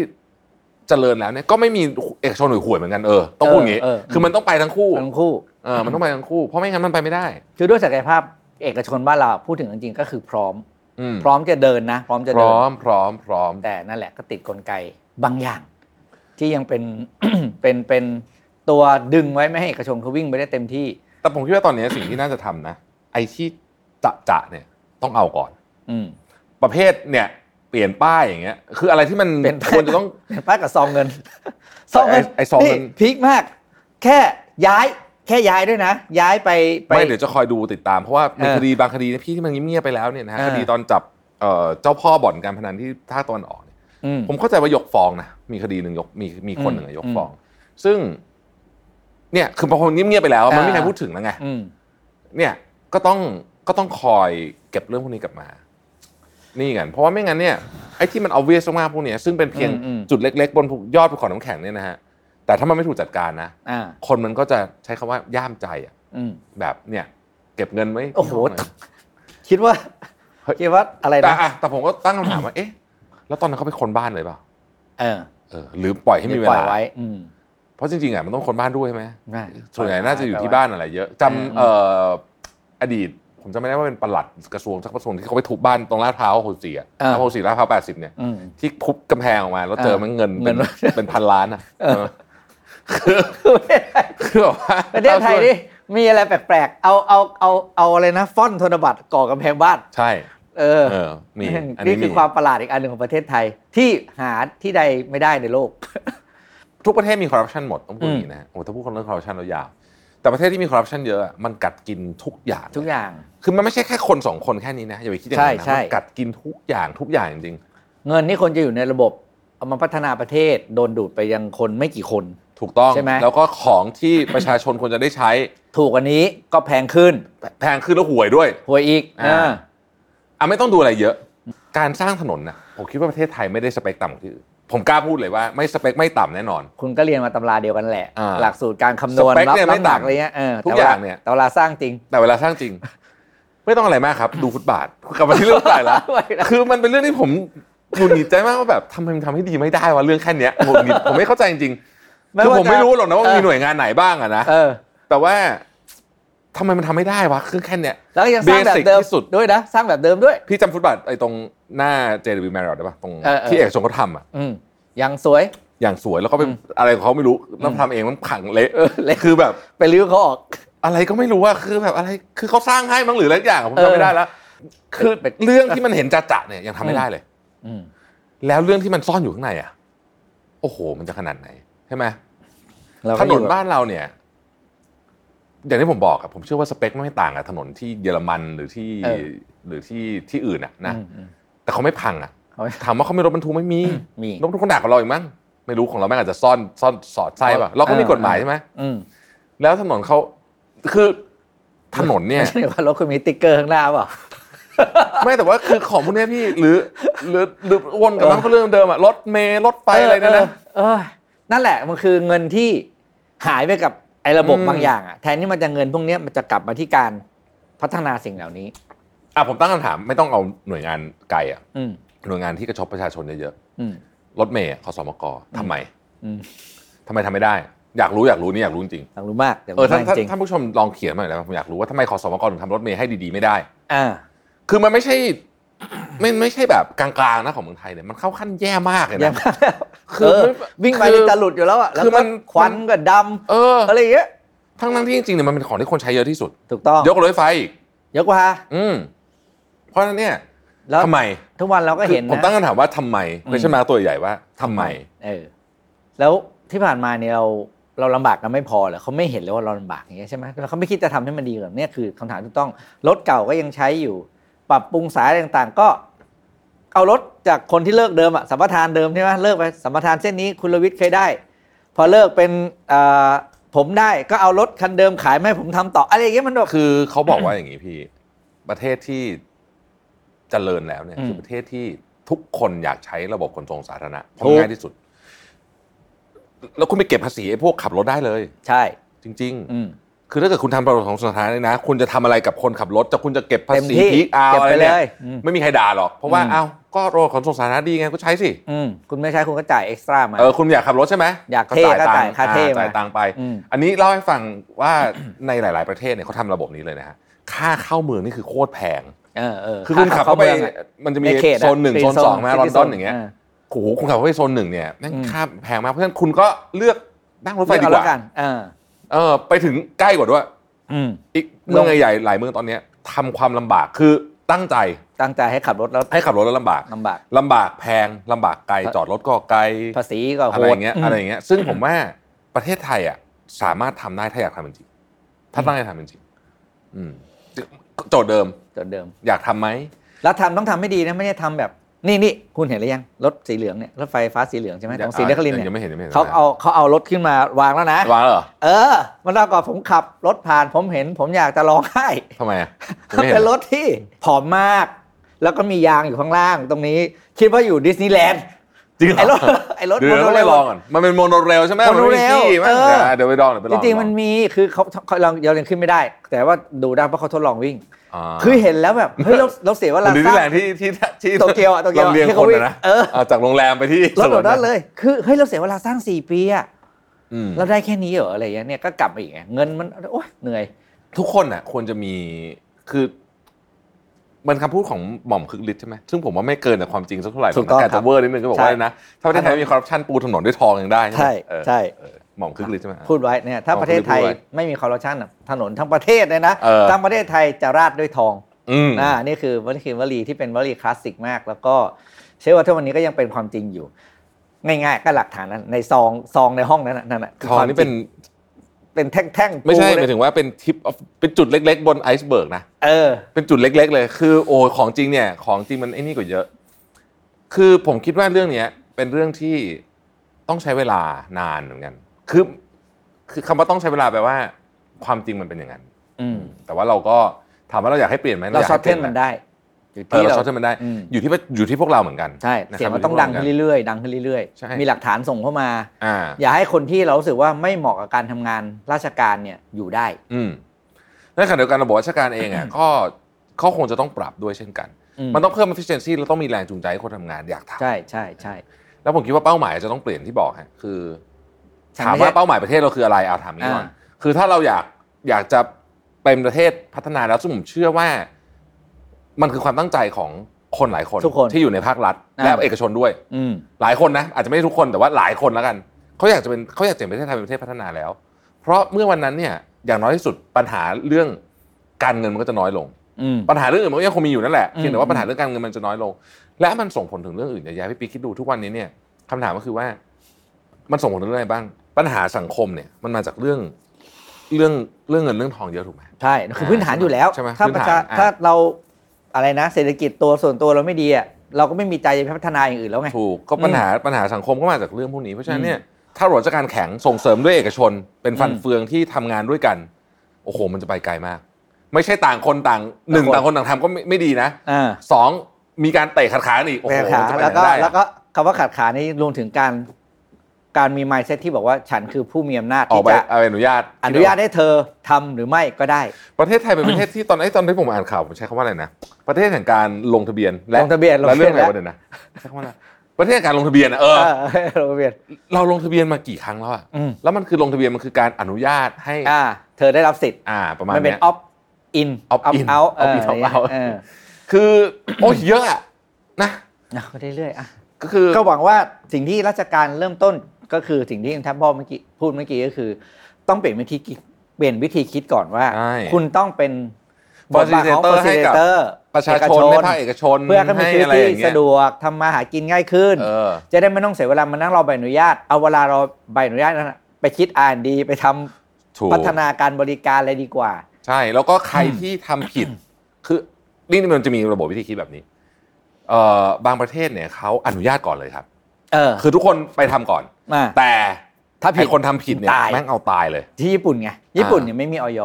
S2: เจริญแล้วเนี่ยก็ไม่มีเอกชนหรือห่วยเหมือนกันเออต้องพูดอย่างนี้
S3: เออเออ
S2: คือมันต้องไปทั้งคู่
S3: ทั้งคู่
S2: เออมันต้องไปทั้งคู่เพราะไม่งั้นมันไปไม่ได้
S3: คือด้วยศักยภาพเอกชนบ้านเราพูดถึงจริงๆก็คือพร้อม
S2: อืม
S3: พร้อมจะเดินนะ พร้อมจะ
S2: พ
S3: เดิน
S2: ร้อมพร้อมพร้อม
S3: แต่นั่นแหละก็ติดกลไกบางอย่าง ที่ยังเป็น เป็นเป็นตัวดึงไว้ไม่ให้เอกชนเขาวิ่งไปได้เต็มที่
S2: แต่ผมคิดว่าตอนนี้สิ่งที่น่าจะทำนะ ไอ้ที่จะจะเนี่ยต้องเอาก่อน
S3: อืม
S2: ประเภทเนี่ยเปลี่ยนป้ายอย่างเงี้ยคืออะไรที่มัน
S3: เปลี่ยนป้าย
S2: ควรจะต้อง
S3: เห็นป้ายกับซองเงิน ซองเงิน
S2: ไอ้ไอ้ซองเงิน
S3: พีคมาก แค่ย้าย แค่ย้ายด้วยนะ ย้ายไปไป
S2: ไม่เดี๋ยวจะคอยดูติดตามเพราะว่าใน
S3: เออ
S2: คดีบางคดีเนี่ยพี่ที่มันเงียบๆไปแล้วเนี่ยนะฮะ
S3: เออ
S2: คดีตอนจับเอ่อเจ้าพ่อบ่อนการพนันที่ท่าตะวันออกเนี่ย
S3: อืม
S2: ผมเข้าใจว่ายกฟ้องนะมีคดีหนึ่งยกมีมีคนหนึ่งอะ
S3: อืม
S2: ยกฟ้อง ซึ่ง เนี่ยคือพอคนเงียบๆไปแล้ว มันไม่มีใคร
S3: อ่า
S2: พูดถึงแล้วไง
S3: อืม
S2: เนี่ยก็ต้องก็ต้องคอยเก็บเรื่องพวกนี้กลับมา นี่กัน เพราะว่าไม่งั้นเนี่ยไอ้ที่มัน obvious มากๆพวกเนี้ยซึ่งเป็นเพียง
S3: อืมอืม
S2: จุดเล็ก ๆ บนภูยอดภูเขาน้ำแข็งเนี่ยนะฮะแต่ถ้ามันไม่ถูกจัดการนะ
S3: อ่า
S2: คนมันก็จะใช้คำว่าย่ามใจอะ
S3: อืม
S2: แบบเนี่ย เก็บเงินไว้
S3: โอ้โห
S2: น่ย
S3: คิดว่า
S2: เฮ้ย
S3: คิดว่าอะไร
S2: แต่
S3: นะ
S2: อะแต่ผมก็ตั้งคำถามว่าเอ๊ะ แล้วตอนนั้นเขาไปคนบ้านเลยเปล่า
S3: เออ
S2: เออหรือปล่อยให้มีเว
S3: ปล่อย
S2: ลา
S3: ไว้ อืม
S2: เพราะจริงๆอ่ะมันต้องคนบ้านด้วยใช่ไหม
S3: ได้
S2: ส่วนใหญ่น่าจะอยู่ที่บ้านอะไรเยอะจำเอ่ออดีต ผมจำไม่ได้ว่าเป็นปลัดกระทรวงสักกระทรวงที่เขาไปทุบบ้านตรงลาดพร้าวโฮสี่อะลาดพร้าวโฮสี่ลาดพร้าวแปดสิบเนี่ย
S3: อืม
S2: ที่ทุบกำแพงออกมา แล้วเจอ
S3: เออ
S2: มันเงิน
S3: เงิ
S2: เป็น
S3: น
S2: เป็นพันล้านอ่ะเออคือคือ แบบว่า
S3: ประเทศไทยนี่มีอะไรแปลกๆ เอาเอาเอาเอาอะไรนะฟอนต์ธนบัตรก่อกำแพงบ้าน
S2: ใช่
S3: เออ
S2: เออมีอัน
S3: นี่
S2: นี้
S3: คื
S2: มี
S3: อความประหลาดอีกอันหนึ่งของประเทศไทย ที่หาที่ใดไม่ได้ในโลก
S2: ทุกประเทศมีคอร์รัปชันหมดต้องพูดอย่างนี้นะฮะโอ้ถ้าพูดคนเรื่องคอร์รัปชันเรายาว แต่ประเทศที่มีคอร์รัปชันเยอะอะมันกัดกิน ทุกอย่าง
S3: ทุกอย่าง
S2: คือมันไม่ใช่แค่คนสองคนแค่นี้นะอย่าไปคิดอย่างนั้นนะ
S3: ใช่ใช่
S2: มันกัดกินทุกอย่างทุกอย่างจริง
S3: เงินนี่คนจะอยู่ในระบบเอามาพัฒนาประเทศโดนดูดไปยังคนไม่กี่คน
S2: ๆถูกต้อง
S3: ใช่ไหม
S2: แล้วก็ของที่ ประชาชนควรจะได้ใช้
S3: ถูกกว่านี้ก็แพงขึ้น
S2: แพงขึ้นแล้วหวยด้วย
S3: หวยอีก
S2: อ่า
S3: เออ
S2: อ่ะไม่ต้องดูอะไรเยอะ การสร้างถนนนะผมคิดว่าประเทศไทยไม่ได้สเปคต่ำกว่าที่อื่นผมกล้าพูดเลยว่าไม่สเปคไม่ต่ำแน่นอน
S3: คุณก็เรียนมาตำราเดียวกันแหละ
S2: อ่า
S3: หลักสูตรการคำนวณ
S2: สเปคเนี่ย
S3: น้ำห
S2: ไม่
S3: นัก
S2: ต่าง
S3: อะไรเงี้ยเออ
S2: ทุก
S3: แต่
S2: อ
S3: ว่
S2: ย่างเนี่ย
S3: แต่เวลาสร้างจริง
S2: แต่เวลาสร้างจ ริง ไม่ต้องอะไรมากครับ ดูฟุตบาทกลับมาที่เรื่องฟุตบาท แล้ว คือมันเป็นเรื่องที่ผมหงุดหงิดใจมากว่าแบบทำไมมันทำให้ดีไม่ได้วะเรื่องแค่เนี้ยหงุดหงิดผมไม่เข้าใจจริงๆคือผมไม่รู้หรอกนะว่า
S3: เออ
S2: มีหน่วยงานไหนบ้างอะนะ
S3: เออ
S2: แต่ว่าทำไมมันทำไม่ได้วะคือแค่เนี้ย
S3: แล้วก็ยังสร้างแบบ
S2: Basic
S3: เดิม
S2: ที่สุด
S3: ด้วยนะสร้างแบบเดิมด้วย
S2: พี่จำฟุตบาทไอ้ตรงหน้า JW Marriott ได้ปะตรง
S3: เออเออ
S2: ที่เอกชนเขาทำอะ
S3: อืมยังสวย
S2: อย่างสวยแล้วก็เป็นอะไรของเขาไม่รู้แล้วทำเองมันขังเละ
S3: เออเละ
S2: คือแบบ
S3: ไปรื้อเขาออก
S2: อะไรก็ไม่รู้ว่าคือแบบอะไรคือเขาสร้างให้มั้งหรืออะไรสักอย่างอะผม
S3: เออ
S2: จำไม่ได้แล้วคือ
S3: เป็น
S2: เรื่องที่มันเห็นจัดๆเนี่ยยังทำ
S3: อื
S2: ไม่
S3: ม
S2: ได้เลย
S3: อืม
S2: แล้วเรื่องที่มันซ่อนอยู่ข้างในอ่ะโอ้โห มันจะขนาดไหนใช่ไหม
S3: เรา
S2: ถ
S3: ก็อน ยู่
S2: นบ้านเราเนี่ย อย่างที่ผมบอกอะผมเชื่อว่าสเปคไม่ต่างกับถนนที่เยอรมันหรือที่หรือที่ที่อื่นอะนะ
S3: อืมอืม
S2: แต่เขาไม่พังอะ
S3: เอาไว้
S2: ถามว่าเขาไม่รถบรรทุกไม่มี
S3: มี
S2: รถบรรทุกขนาดของเราอีกมั้งไม่รู้ของเราแม่งอาจจะซ่อนซ่อนสอดไส้ป่ะเราก็มีกฎหมาย
S3: เออ
S2: ใช่ไหม
S3: อืม
S2: แล้วถนนเขาคือถนน เนี่ย
S3: ไม่ใช่ว่ารถคุณมีติ๊กเกอร์ข้างหน้าเปล่า
S2: ไม่แต่ว่าคือของพวกเนี้ยพี่หรือหรือหรือวนกลับมันก็เรื่องเดิมอะรถเมล์รถไฟอะไรเนี่ยนะ
S3: เออเออนั่นแหละมันคือเงินที่หายไปกับไอ้ระบบ
S2: อืม
S3: บางอย่างอ่ะแทนที่มันจะเงินพวกเนี้ยมันจะกลับมาที่การพัฒนาสิ่งเหล่านี้
S2: อ่ะผมตั้งคำถามไม่ต้องเอาหน่วยงานไกลอะ
S3: อืม
S2: หน่วยงานที่กระชบประชาชนเยอะ
S3: อืม
S2: ๆรถเมล์อะขสมกทำไม
S3: อืม ท
S2: ทำไมทำไม่ได้ อยากรู้อยากรู้นี่อยากรู้จริง
S3: างรู้มากแต่
S2: ๆเออท่านท่าน
S3: จริง
S2: ท่านผู้ชมลองเขียนมาหน่อยนะผมอยากรู้ว่าทำไมขสมกถึงทำรถเมล์ให้ดีๆไม่ได้
S3: อ่า
S2: คือมันไม่ใช่ ไม่ไม่ใช่แบบกลางๆนะของเมืองไทยเนี่ยมันเข้าขั้นแย่มากเลย
S3: อยั
S2: นะ
S3: งมากแล้ว
S2: คื
S3: เอ
S2: อ
S3: อวิ่งไป
S2: คือ
S3: นี่จะหลุดอยู่แล้วอ่ะแล้ว
S2: คือมั
S3: ก็
S2: น
S3: ควันก็ด
S2: เออ
S3: ำอะไรอย่างเงี้ย
S2: ทั้งนั้นที่จริงๆเนี่ยมันเป็นของที่คนใช้เยอะที่สุด
S3: ถูกต้อง
S2: ยกรถไฟฟ้าอีก
S3: ยกว่า
S2: อืม เพราะฉะนั้นเนี่ย
S3: แล้ว
S2: ทำไม
S3: ทุกวันเราก็
S2: คือ
S3: เห็น
S2: ผม
S3: นะ
S2: ตั้งคำถามว่าทำไม
S3: อืม
S2: ไม่ใช่มาตัวใหญ่ว่าทำไม
S3: เออ แล้วที่ผ่านมาเนี่ยเราเราลำบากกันไม่พอเหรอเขาไม่เห็นเลยว่าเราลำบากอย่างเงี้ยใช่ไหมแล้วเขาไม่คิดจะทำให้มันดีกว่านี้เนี่ยคือคำถามที่ต้องรถเก่าก็ยังใช้อยู่ ปรับปรุงสายอะไรต่างๆ ก็ เอารถจากคนที่เลิกเดิมอะสัมปทานเดิมใช่ไหมเลิกไปสัมปทานเส้นนี้คุณรวิทย์เคยได้ พอเลิกเป็นเอ่อผมได้ก็เอารถคันเดิมขายมาให้ผมทำต่ออะไรอย่างเงี้ยมันแบบ
S2: คือเขาบอกว่าอย่างนี้พี่ ประเทศที่เจริญแล้วเนี่ย
S3: อืม
S2: คือประเทศที่ทุกคนอยากใช้ระบบขนส่งสาธารณะเพ
S3: ถู
S2: ราะ
S3: ก
S2: ง่ายที่สุด แล้วคุณไปเก็บภาษีไอ้พวกขับรถได้เลย
S3: ใช่
S2: จริง
S3: อืม
S2: ๆ คือถ้าเกิดคุณทำประโยชน์ของสาธารณะเนี่ยนะคุณจะทำอะไรกับคนขับรถจะคุณจะเก็บภา
S3: เต็ม
S2: ษี
S3: ที่
S2: พีอาร์
S3: เก็บ
S2: อะไร
S3: ไปเล
S2: เนี่ย
S3: ยอืม
S2: ไม่มีใครด่าหรอกเพราะว่า
S3: อืม
S2: เอ้าก็รถขนส่งสาธารณะดีไงก็ใช้สิ
S3: อืมคุณไม่ใช้คุณก็จ่ายเอ็กซ์ตร้ามา
S2: เออคุณอยากขับรถใช่ไหม
S3: อยากเท่ก็จ่าย
S2: ตัง
S3: ค่าเท่
S2: อ่จ่าย
S3: มา
S2: ตังค์ไป
S3: อืม
S2: อันนี้เล่าให้ฟังว่า ในหลาย ๆ ประเทศเนี่ยเขาทำระบบนี้เลยนะฮะค่าเข้าเมืองนี่คือโคตรแพง
S3: เออเออ
S2: คือคุณขับเข้าไป
S3: มืองอะ
S2: มันจะมี
S3: ใเขตอะ
S2: โซนหนึ่ง
S3: เป็
S2: โซนสอง
S3: โซ
S2: นะลอนดอนอย่างเงี้ย
S3: เ
S2: โอ้โหคุณขับเข้าไปโซนหนึ่งเนี่ยแม่ง
S3: อืม
S2: ค่าแพงมากเพราะฉะนั้นคุณก็เลือกนั่งรถไฟ
S3: เลือก
S2: ดี
S3: เอาแล้ว
S2: ก่าว
S3: กันเออ
S2: เออไปถึงใกล้กว่าด้วย
S3: อืม
S2: อีกเมือง
S3: ลง
S2: ใหญ่ๆหลายเมืองตอนเนี้ยทำความลำบากคือตั้งใจ
S3: ตั้งใจให้ขับรถแล้ว
S2: ให้ขับรถแล้วลำบาก
S3: ลำบาก
S2: ลำบากแพงลำบากไกลจอดรถก็ไกล
S3: ภาษีก็
S2: อะ
S3: โห
S2: ไรอ
S3: ด
S2: ย่างเงี้ยอะไรอย่างเงี้ยซึ่งผมว่าประเทศไทยอ่ะสามารถทำได้ถ้าอยากทำจริงๆถ้าตั้งใจทำจริงๆอืมโจทย์เดิม
S3: จนเดิม
S2: อยากทำไหม
S3: แล้วทำต้องทำให้ดีนะไม่ได้ทำแบบ นี่นี่คุณเห็นหรือยังรถสีเหลืองเนี่ยรถไฟฟ้าสีเหลืองใช่ไหมของสีนครินท
S2: ยั
S3: ร์เนี่
S2: ง
S3: ย
S2: ไม่เห็นยังไม่เห็น
S3: เขาเอาเขาเอารถขึ้นมาวางแล้วนะ
S2: วางแล้วเหรอ
S3: เออมันเล่าก่อนผมขับรถผ่านผมเห็น ผมอยากจะร้องไห้
S2: ทำไมอ่ะยัง
S3: มัน
S2: ไม่เห็
S3: เป็น น
S2: เหร
S3: ร
S2: อ
S3: ถที่ผอมมาก แล้วก็มียางอยู่ข้างล่างตรงนี้ คิดว่าอยู่ดิสนีย์แลนด์
S2: จริงเหร
S3: ไอ้ร
S2: อ
S3: ถไอ้รถ
S2: เดี๋ยวเรา
S3: โน
S2: ไป
S3: เรล
S2: ลองก่อนมันเป็นโมโนเรลใช่ไหม
S3: โมโนเร
S2: มั
S3: ล
S2: ไม่มีที่มั้ง
S3: เออ
S2: เดี๋ยวเดี๋ยวไปลองเดี๋ยวไปลอ
S3: จ
S2: ง
S3: ริงๆมันมีคือเขาเขาเราเรายังขึ้นไม่ได้ แต่ว่าดูได้เพราะเขาทดลองวิ่ง
S2: า
S3: คือเห็นแล้วแบบเฮ้ยเราเราเสียเว่า
S2: หรื
S3: เรา
S2: อดิสนี
S3: สร้า
S2: ย์แลน
S3: ง
S2: ด์ที่ที่ที่
S3: โตเกียวอะโตเกียวอะ
S2: ลำเลียง
S3: ที่
S2: ค
S3: เขา
S2: น
S3: วิ่ง
S2: อะนะ
S3: เออ
S2: าจากโรงแรมไปที่
S3: รถแบบนั้น
S2: สวะ
S3: เลย คือเฮ้ยเราเสียเวลาสร้างสี่ปีอะ
S2: อืม
S3: เราได้แค่นี้เหรออะไรอย่างเงี้ยเนี่ยก็กลับมาอีกไงเงินมันโอ๊ยเหนื่อย
S2: ทุกคนอ่ะควรจะมีคือ มันคำพูดของหม่อมคึกฤทธิ์ใช่ไหมซึ่งผมว่าไม่เกินจากความจริงสักเท่าไหร่
S3: ถูกต้อง
S2: แแต่
S3: ครับ
S2: จะเวอร์นิดนึงก็บอก
S3: ใช่
S2: ว่านะ ถ้าประเทศไทยไม่มีคอร์รัปชันปูถนนด้วยทองยังได้ใช่ไหม
S3: ใช่
S2: เออ
S3: ใช่
S2: เออหม่อมคึกฤทธิ์ใช่ไหม
S3: พูดไว้เนี่ยถ้าประเทศไทยไม่มีคอร์รัปชันอะถนนทั้งประเทศเลยนะ
S2: เออ
S3: ทั้งประเทศไทยจะราดด้วยทอง
S2: อืม
S3: อ่านี่คือวลีคือวลีที่เป็นวลีคลาสสิกมาก แล้วก็เชื่อว่าทุกวันนี้ก็ยังเป็นความจริงอยู่ ง่ายๆ ก็หลักฐานนั้นในซองซองในห้องนั้นน่ะนั่นน่ะคื
S2: ทองนี่เป็น
S3: ความจริงเป็นแท่งๆปู
S2: ไม่ใช่ห
S3: เล
S2: มาย
S3: ย
S2: ถึงว่าเป็นทิปเป็นจุดเล็ก ๆ บนไอซ์เบิร์กนะ
S3: เออ
S2: เป็นจุดเล็ก ๆ เลย คือโอ้ยของจริงเนี่ย ของจริงมันไอ้นี่กว่าเยอะ คือผมคิดว่าเรื่องเนี้ย เป็นเรื่องที่ต้องใช้เวลานานเหมือนกัน คือ คือคำว่าต้องใช้เวลาแปลว่า ความจริงมันเป็นอย่างนั้น
S3: อืม
S2: แต่ว่าเราก็ถามว่าเราอยากให้เปลี่ยนไหม
S3: เรา
S2: ยก
S3: ช็อต
S2: ให้
S3: เท
S2: ปลี่
S3: น
S2: ย
S3: มันได้อยู่
S2: เออ
S3: ที่
S2: เรา
S3: เรา
S2: ช็อตเทนมันได้
S3: อืม
S2: อยู่ที่ว่าอยู่ที่พวกเราเหมือนกัน
S3: ใช่
S2: นะครับ
S3: เสียงมันต้อง
S2: ยู่ที่พวกรา
S3: ดัง
S2: หมื
S3: ขึ้น
S2: กั
S3: เรื่อยๆดังขึ้นเรื่อย
S2: ใช่
S3: ๆมีหลักฐานส่งเข้ามา
S2: อ่า
S3: อย่าให้คนที่เรารู้สึกว่าไม่เหมาะกับการทำงานราชการเนี่ยอยู่ได้
S2: อืมในขณะเดียวกันระบบราชการเองอ่ะ ก็เขาคงจะต้องปรับด้วยเช่นกัน
S3: อืม
S2: มันต้องเพิ่ม efficiency แล้วต้องมีแรงจูงใจให้คนทำงานอยากทำ
S3: ใช่ใช่ใช่
S2: แล้วผมคิดว่าเป้าหมายจะต้องเปลี่ยนที่บอกฮะคือ
S3: ฉัน
S2: ถาม
S3: ไม่ใช่
S2: ว่าเป้าหมายประเทศเราคืออะไรเอาถามนี้ก่อน
S3: อ่า
S2: คือถ้าเราอยากอยากจะเป็นประเทศพัฒนาแล้วซึ่งผมเชื่อว่า มันคือความตั้งใจของคนหลายคน
S3: ทุกคน
S2: ที่อยู่ในภาครัฐ
S3: อ่า
S2: และเอกชนด้วย
S3: อืม
S2: หลายคนนะอาจจะไม่ใช่ทุกคนแต่ว่าหลายคนแล้วกันเขาอยากจะเป็นเขาอยากจะเห็นประเทศไทยเป็นประเทศพัฒนาแล้ว เพราะเมื่อวันนั้นเนี่ย อย่างน้อยที่สุดปัญหาเรื่องการเงินมันก็จะน้อยลง
S3: อืม
S2: ปัญหาเรื่องอื่นมันก็ยังคงมีอยู่นั่นแหละ
S3: อืม
S2: เพียงแต่ว่าปัญหาเรื่องการเงินมันจะน้อยลง และมันส่งผลถึงเรื่องอื่นเยอะแยะพี่ปีคิดดูทุกวันนี้เนี่ยคำถามก็คือว่า มันส่งผลถึงเรื่องอะไรบ้าง ปัญหาสังคมเนี่ย มันมาจากเรื่องเรื่องเรื่องเงินเรื่องทองเยอะถูกไหม
S3: ใช่คือพื้นฐานอยู่แล้ว
S2: ใช่ไหม
S3: ถ้า
S2: พื้
S3: ป
S2: น
S3: ระ
S2: ฐา
S3: ชาน
S2: อ่ะ
S3: ถ้าเราอะไรนะ เศรษฐกิจตัวส่วนตัวเราไม่ดีอ่ะเราก็ไม่มีใจจะพัฒนาอย่างอื่นแล้วไง
S2: ถูกก็ปัญหาปัญหาสังคมก็มาจากเรื่องพวกนี้เพราะฉะนั้นเนี่ยถ้าระบบราชการแข็งส่งเสริมด้วยเอกชน เป็นฟัน
S3: อืม
S2: เฟืองที่ทำงานด้วยกันโอ้โหมันจะไปไกลมาก ไม่ใช่ต่างคนต่างหนึ่ง
S3: ต่า
S2: ต่าง ง
S3: ค
S2: คน นต่างทำก็ไม่ไม่ดีนะ
S3: อ่า
S2: สองมีการเตะขัดขากันอีกโอ้โห
S3: แต่ขา
S2: มันจะไป
S3: แล้ว
S2: ไหน
S3: ก็
S2: ได้
S3: แล้วก็คำว่าขาดขานี่รวมถึงการการมี mindset ที่บอกว่าฉันคือผู้มีอำนาจ
S2: ออก
S3: ที่
S2: ไป
S3: จะ
S2: อนุญาต
S3: อนุญาตให้เธอทำหรือไม่ก็ได้
S2: ประเทศไทยเป็นประเทศที่ตอนไอ้ตอนที่ผมอ่านข่าวผมใช้คำว่าอะไรนะประเทศแห่งการลงทะเบียนและ
S3: ลงทะเบียนล
S2: และ
S3: งทะ
S2: เรื่อ
S3: เบี
S2: ย งอะไร
S3: น
S2: วะเดี๋ยวนะใช้คำว่าอะไรประเทศแห่งการลงทะเบียนอะเออ
S3: เออลงทะเบียน
S2: เราลงทะเบียนมากี่ครั้งแล้วอะ
S3: อืม
S2: แล้วมันคือลงทะเบียนมันคือการอนุญาตให้
S3: อ่า เธอได้รับสิทธิ์
S2: อ่าประมาณ
S3: มันเป็น
S2: เนี้ย
S3: opt in
S2: opt in
S3: out เอ
S2: opt
S3: อ
S2: in opt out
S3: เออ
S2: คือ โอ้ยเยอะอะนะ
S3: เอาเรื่อยๆอ่ะ
S2: ก็คือ
S3: ก็หวังว่าสิ่งที่ราชการเริ่มต้นก็คือสิ่งที่คุณแทบบอกเมื่อกี้พูดเมื่อกี้ก็คือ ต้องเปลี่ยนวิธีคิดเปลี่ยนวิธีคิดก่อนว่า
S2: ใช่
S3: คุณต้องเป็น
S2: Facilitator
S3: บทบาทของ
S2: ให้กับ
S3: Facilitator
S2: ประชาชนในภาคเอกชน
S3: เพื่อให้มีชีวิต
S2: อะไรอย่า
S3: ที่
S2: งเงี้ย
S3: สะดวกทำมาหากินง่ายขึ้น
S2: เออ
S3: จะได้ไม่ต้องเสียเวลามานั่งรอใบอนุญาต เอาเวลารอใบอนุญาตนั้นนะไปคิดอ่านดีไปทำ
S2: ถูก
S3: พัฒนาการบริการอะไรดีกว่า
S2: ใช่ แล้วก็ใครที่ทำผิด คือนี่มันจะมีระบบวิธีคิดแบบนี้เอ่อบางประเทศเนี่ยเขาอนุญาตก่อนเลยครับ
S3: เออ
S2: คือทุกคนไปทำก่อน
S3: มา
S2: แต่
S3: ถ้าผิด
S2: ไอ้คนทำผิดเนี่ย
S3: ตาย
S2: แม่งเอาตายเลย
S3: ที่ญี่ปุ่นไงญี่ปุ่นเนี่ยไม่มีออย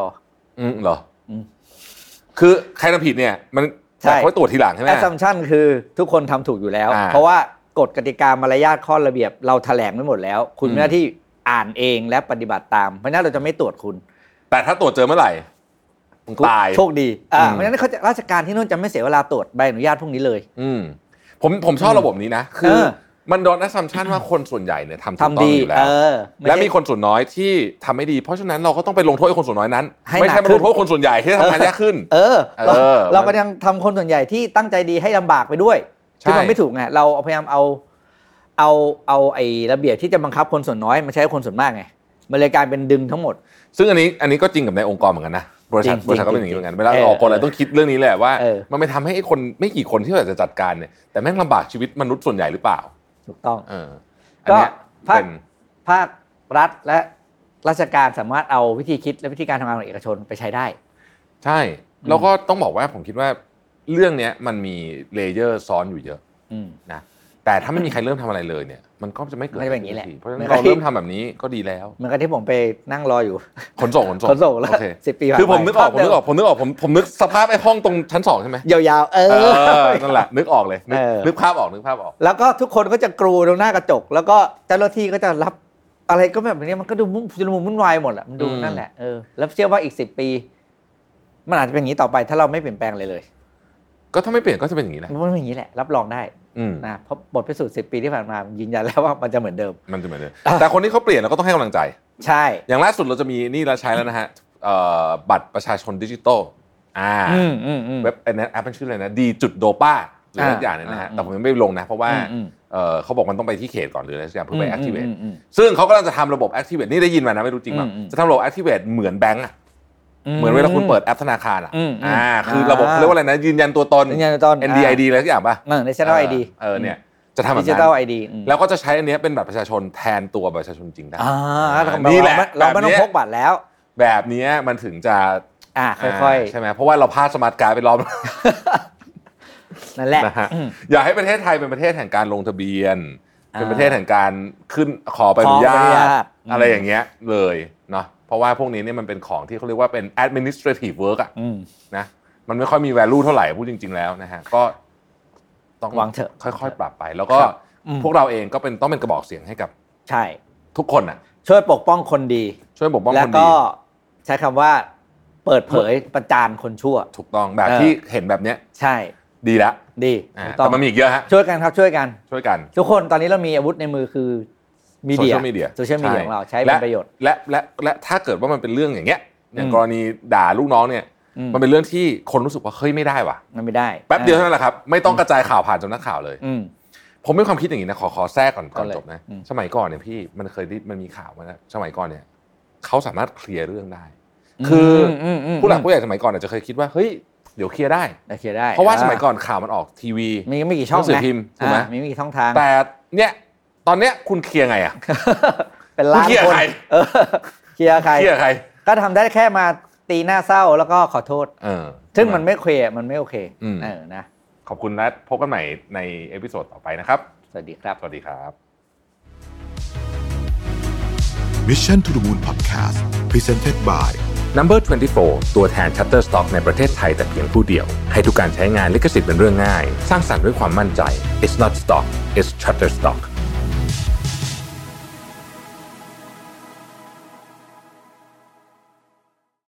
S2: อืมเหรออ
S3: ม
S2: คือใครทำผิดเนี่ย มัน
S3: ใช่
S2: แต่เขาไปตรวจทีหลังใช่ไหม
S3: แอสซัมชันคือทุกคนทำถูกอยู่แล้ว
S2: อ่า
S3: เพราะว่ากฎกติกามารยาทข้อระเบียบเราแถลงไว้หมดแล้ว คุณ
S2: อืม
S3: มีหน้าที่อ่านเองและปฏิบัติตาม เพราะฉะนั้นเราจะไม่ตรวจคุณ
S2: แต่ถ้าตรวจเจอเมื่อไหร่มึงตาย
S3: โชคดีอ่า
S2: อืม
S3: เพราะฉะนั้นเขาจะราชการที่นู่นจะไม่เสียเวลาตรวจใบอนุญาตพวกนี้เลย
S2: อืมผมผมชอบระบบนี้นะ คือ
S3: เออ
S2: มันโดนแอสซัมชันว่าคนส่วนใหญ่เนี่ยทำถูก
S3: ทำ
S2: ต้อง
S3: ดี
S2: อยู่แล้
S3: เอ
S2: ว
S3: อไใช่
S2: และมีคนส่วนน้อยที่ทำไม่ดี เพราะฉะนั้นเราก็ต้องไปลงโทษไอ้คนส่วนน้อยนั้น
S3: ให้
S2: ไม่
S3: หนัก
S2: ใช่มา
S3: ขึ้
S2: ลง
S3: น
S2: โทษคนส่วนใหญ่ที่ทำงานยากขึ้น
S3: เออเรา
S2: เออ
S3: เราก็ยังทำคนส่วนใหญ่ที่ตั้งใจดีให้ลำบากไปด้วย
S2: ใช่
S3: ที่มันไม่ถูกไงเราพยายามเอาเอาเอาไอ้ระเบียบที่จะบังคับคนส่วนน้อยมาใช้กับคนส่วนมากไงมันเลยกลายเป็นดึงทั้งหมด
S2: ซึ่งอันนี้อันนี้ก็จริงกับในองค์กรเหมือนกันนะบริษัท
S3: จริง
S2: บริษัทก็เป็นอ
S3: จริ
S2: ย่าง งนี้เหมือนกันเวลา
S3: เออ
S2: ออกกฎอะไรต้องคิดเรื่องนี้แหละว่า
S3: เออ
S2: มันไม่ทำให้ไอ้คนไม่กี่คนที่เราจะจัดการเนี่ยแต่แม่งลำบากชีวิตมนุษย์ส่วนใหญ่หรือเปล่า
S3: ถูกต้อง
S2: เอออัน
S3: ก็
S2: เนี้ย
S3: ภาค
S2: เป็น
S3: ภาครัฐและราชการสามารถเอาวิธีคิดและวิธีการทำงานของเอกชนไปใช้ได้
S2: ใช่ แล้วก็ต้องบอกว่าผมคิดว่าเรื่องเนี้ยมันมีเลเยอร์ซ้อนอยู่เยอะ
S3: อืม
S2: นะแต่ถ้าไม่มีใครเริ่มทำอะไรเลยเนี่ย มันก็จะไม่เกิด
S3: มันจะเป็นอย่างนี้แหละ
S2: เพราะฉะนั้นเราเริ่มทำแบบนี้ก็ดีแล้ว
S3: เหมือนกันที่ผมไปนั่งรออยู่
S2: ขนส่งขนส่ง
S3: ขนส่งแล้ว
S2: โอเค
S3: สิบปีผ่าน
S2: คือผม
S3: ไป
S2: นึกออกผม
S3: ภาพเดิ
S2: นึ
S3: ม
S2: กออกผมนึกออกผมผมนึกสภาพไอ้ห้องตรงชั้นสองใช่ไหม
S3: ยาวๆ เอ
S2: เอ
S3: อ
S2: อนั่นแหละนึกออกเลยนึก
S3: เออ
S2: นึกภาพออกนึกภาพออก
S3: แล้วก็ทุกคนก็จะกรูตรงหน้ากระจก แล้วก็เจ้าหน้าที่ก็จะรับอะไรก็แบบนี้มันก็ดูมุ่งจุลมุนวุ่นวายหมดอะมันดู
S2: อืม
S3: นั่นแหละเออแล้วเชื่อว่าอีกสิบปี มันอาจจะเป็นอย่างนี้ต่อไป ถ้าเราไม่เปลี่ยนแปลงเลยเลย
S2: ก็ถ้าไม่เปลี่ยนก็จะเป็นอย่างนี้แหละ
S3: มันเป็นอย่างนี้แหละ รับรองได้
S2: อืม
S3: นะเพราะบทพิสูจน์สิบปีที่ผ่านมายืนยันแล้วว่ามันจะเหมือนเดิม
S2: มันจะเหมือนเดิมแต่คนที่เขาเปลี่ยนเราก็ต้องให้กำลังใจ
S3: ใช่
S2: อย่างล่าสุดเราจะมีนี่เราใช้แล้วนะฮะเอ่อบัตรประชาชนดิจิตอลอ่า
S3: อืมอืมอืม
S2: เว็บไอ้นั้นแอปมันชื่ออะไรนะดีจุดโดป้าหรืออะไรสักอย่างเนี่ยนะฮะ
S3: อ่า
S2: แต่ผมยังไม่ลงนะ เพราะว่า
S3: อืมอืม
S2: เอ่อเขาบอกมันต้องไปที่เขตก่อนหรืออะไรสักอย่างเพื่อไป activate
S3: มอืม
S2: ซึ่งเขากำลังจะทำระบบ activate นี่ได้ยินมานะ ไม่รู้จริงมั้ย
S3: อืมอืม
S2: จะทำระบบ activate เหมือนแบงก์อะ
S3: ม
S2: เหมือนเวลาคุณเปิดแอปธนาคารอะ
S3: อืมอืม
S2: อ่า คืออา ระบบเขาเรียกว่าอะไรนะ ยืนยันตัวตน
S3: ยืนยันตัวตน
S2: NDID อะไรสักอย่างป่ะ
S3: เออ national ID
S2: เออเนี่ย จะทำแบบ
S3: ดิจิทั
S2: นั้
S3: ล
S2: น
S3: ไอดี
S2: แล้วก็จะใช้อันเนี้ยเป็นบัตรประชาชนแทนตัวบัตรประชาชนจริงได้
S3: อ่าเรา
S2: นี่แหละ
S3: เราไม่ต้อ
S2: แบบ
S3: ง
S2: เนี้ย
S3: พกบัตรแล้ว
S2: แบบเนี้ยมันถึงจะ
S3: อ่าค่อย
S2: าใช่ไหมเพราะว่าเราพลาดสมาร์ทการ์ดไปรอบ
S3: ๆ นั่นแหละ
S2: นะฮะ อยากให้ประเทศไทยเป็นประเทศแห่งการลงทะเบียน
S3: อ่า
S2: เป็นประเทศแห่งการขึ้นขอใบอนุญา
S3: ขอใบอนุญา
S2: ต
S3: ต
S2: อะไรอย่างเงี้ยเลยเนาะเพราะว่าพวกนี้เนี่ยมันเป็นของที่เขาเรียกว่าเป็น administrative work อะ
S3: อืม
S2: นะมันไม่ค่อยมี value เท่าไหร่พูดจริง ๆ แล้วนะฮะก็ต้อง
S3: วางเถอะ
S2: ค่อยๆ ปรับไป แล้วก็
S3: ครับอืม
S2: พวกเราเองก็เป็นต้องเป็นกระบอกเสียงให้กับ
S3: ใช่
S2: ทุกคนอ่ะ
S3: ช่วยปกป้องคนดี
S2: ช่วยปกป้อง
S3: แล้
S2: คว นดี
S3: ก็ใช้คำว่าเปิดเผยประจานคนชั่ว
S2: ถูกต้องแบบ
S3: เออ
S2: ที่เห็นแบบเนี้ย
S3: ใช่
S2: ดีแล้ว
S3: ดี
S2: อ่า
S3: ถูกต้อ
S2: แต่
S3: ง
S2: มันมีอีกเยอะฮะ
S3: ช่วยกันครับช่วยกัน
S2: ช่วยกัน
S3: ทุกคนตอนนี้เรามีอาวุธในมือคือมี
S2: โซ
S3: เดีย
S2: เชียลมีเดีย
S3: โซเชียลมีเดียของเราใช้เป็นประโยชน์
S2: และและและและถ้าเกิดว่ามันเป็นเรื่องอย่างเงี้ยอย่าง
S3: อืม
S2: กรณีด่าลูกน้องเนี่ย
S3: อืม
S2: มันเป็นเรื่องที่คนรู้สึกว่าเฮ้ยไม่ได้ว่ะ
S3: มันไม่ได้
S2: แป๊บเดียวเท่านั้นแหละครับไม่ต้องกระจายข่าวผ่านสำนักข่าวเลย
S3: อืม
S2: ผมมีความคิดอย่างนี้นะขอขอแทรกก่อนก่อน
S3: เอาเลย
S2: จบนะ
S3: อืม
S2: สมัยก่อนเนี่ยพี่มันเคยได้มันมีข่าวมานะสมัยก่อนเนี่ยเขาสามารถเคลียร์เรื่องได้ คืออ
S3: มอืม
S2: ผู้หลักผู้ใหญ่สมัยก่อนอาจจะเคยคิดว่าเฮ้ยเดี๋ยวเคลียร์ได้
S3: โอเคได้
S2: เพราะว่าสมัยก่อนข่าวมันออกทีวี
S3: มีไม่กี่ช่อ
S2: ห
S3: ง
S2: นังสือพิมพ์ถูกไหม
S3: อ่ามีไม่กี่ช่องทาง
S2: แต่เนี่ยตอนเนี้ยคุณเคลียร์ไงอะ
S3: เป็นล้าน
S2: เคลียร์
S3: คน
S2: ใคร
S3: เอ อเคลียร์ใคร
S2: เคลียร์ใคร
S3: ก็ทำได้แค่มาตีหน้าเศร้าแล้วก็ขอโทษ
S2: เออ
S3: ซึ่งมันไม่เคลียร์มันไม่โอเค
S2: อืม
S3: เออนะ
S2: ขอบคุณและพบกันใหม่ในเอพิโซดต่อไปนะครับ
S3: สวัสดีครับ
S2: สวัสดีครับ
S1: Mission to the Moon Podcast Presented by
S2: Number 24 ตัวแทน Shutterstock ในประเทศไทยแต่เพียงผู้เดียว ให้ทุกการใช้งานลิขสิทธิ์เป็นเรื่องง่าย สร้างสรรค์ด้วยความมั่นใจ It's not stock it's Shutterstock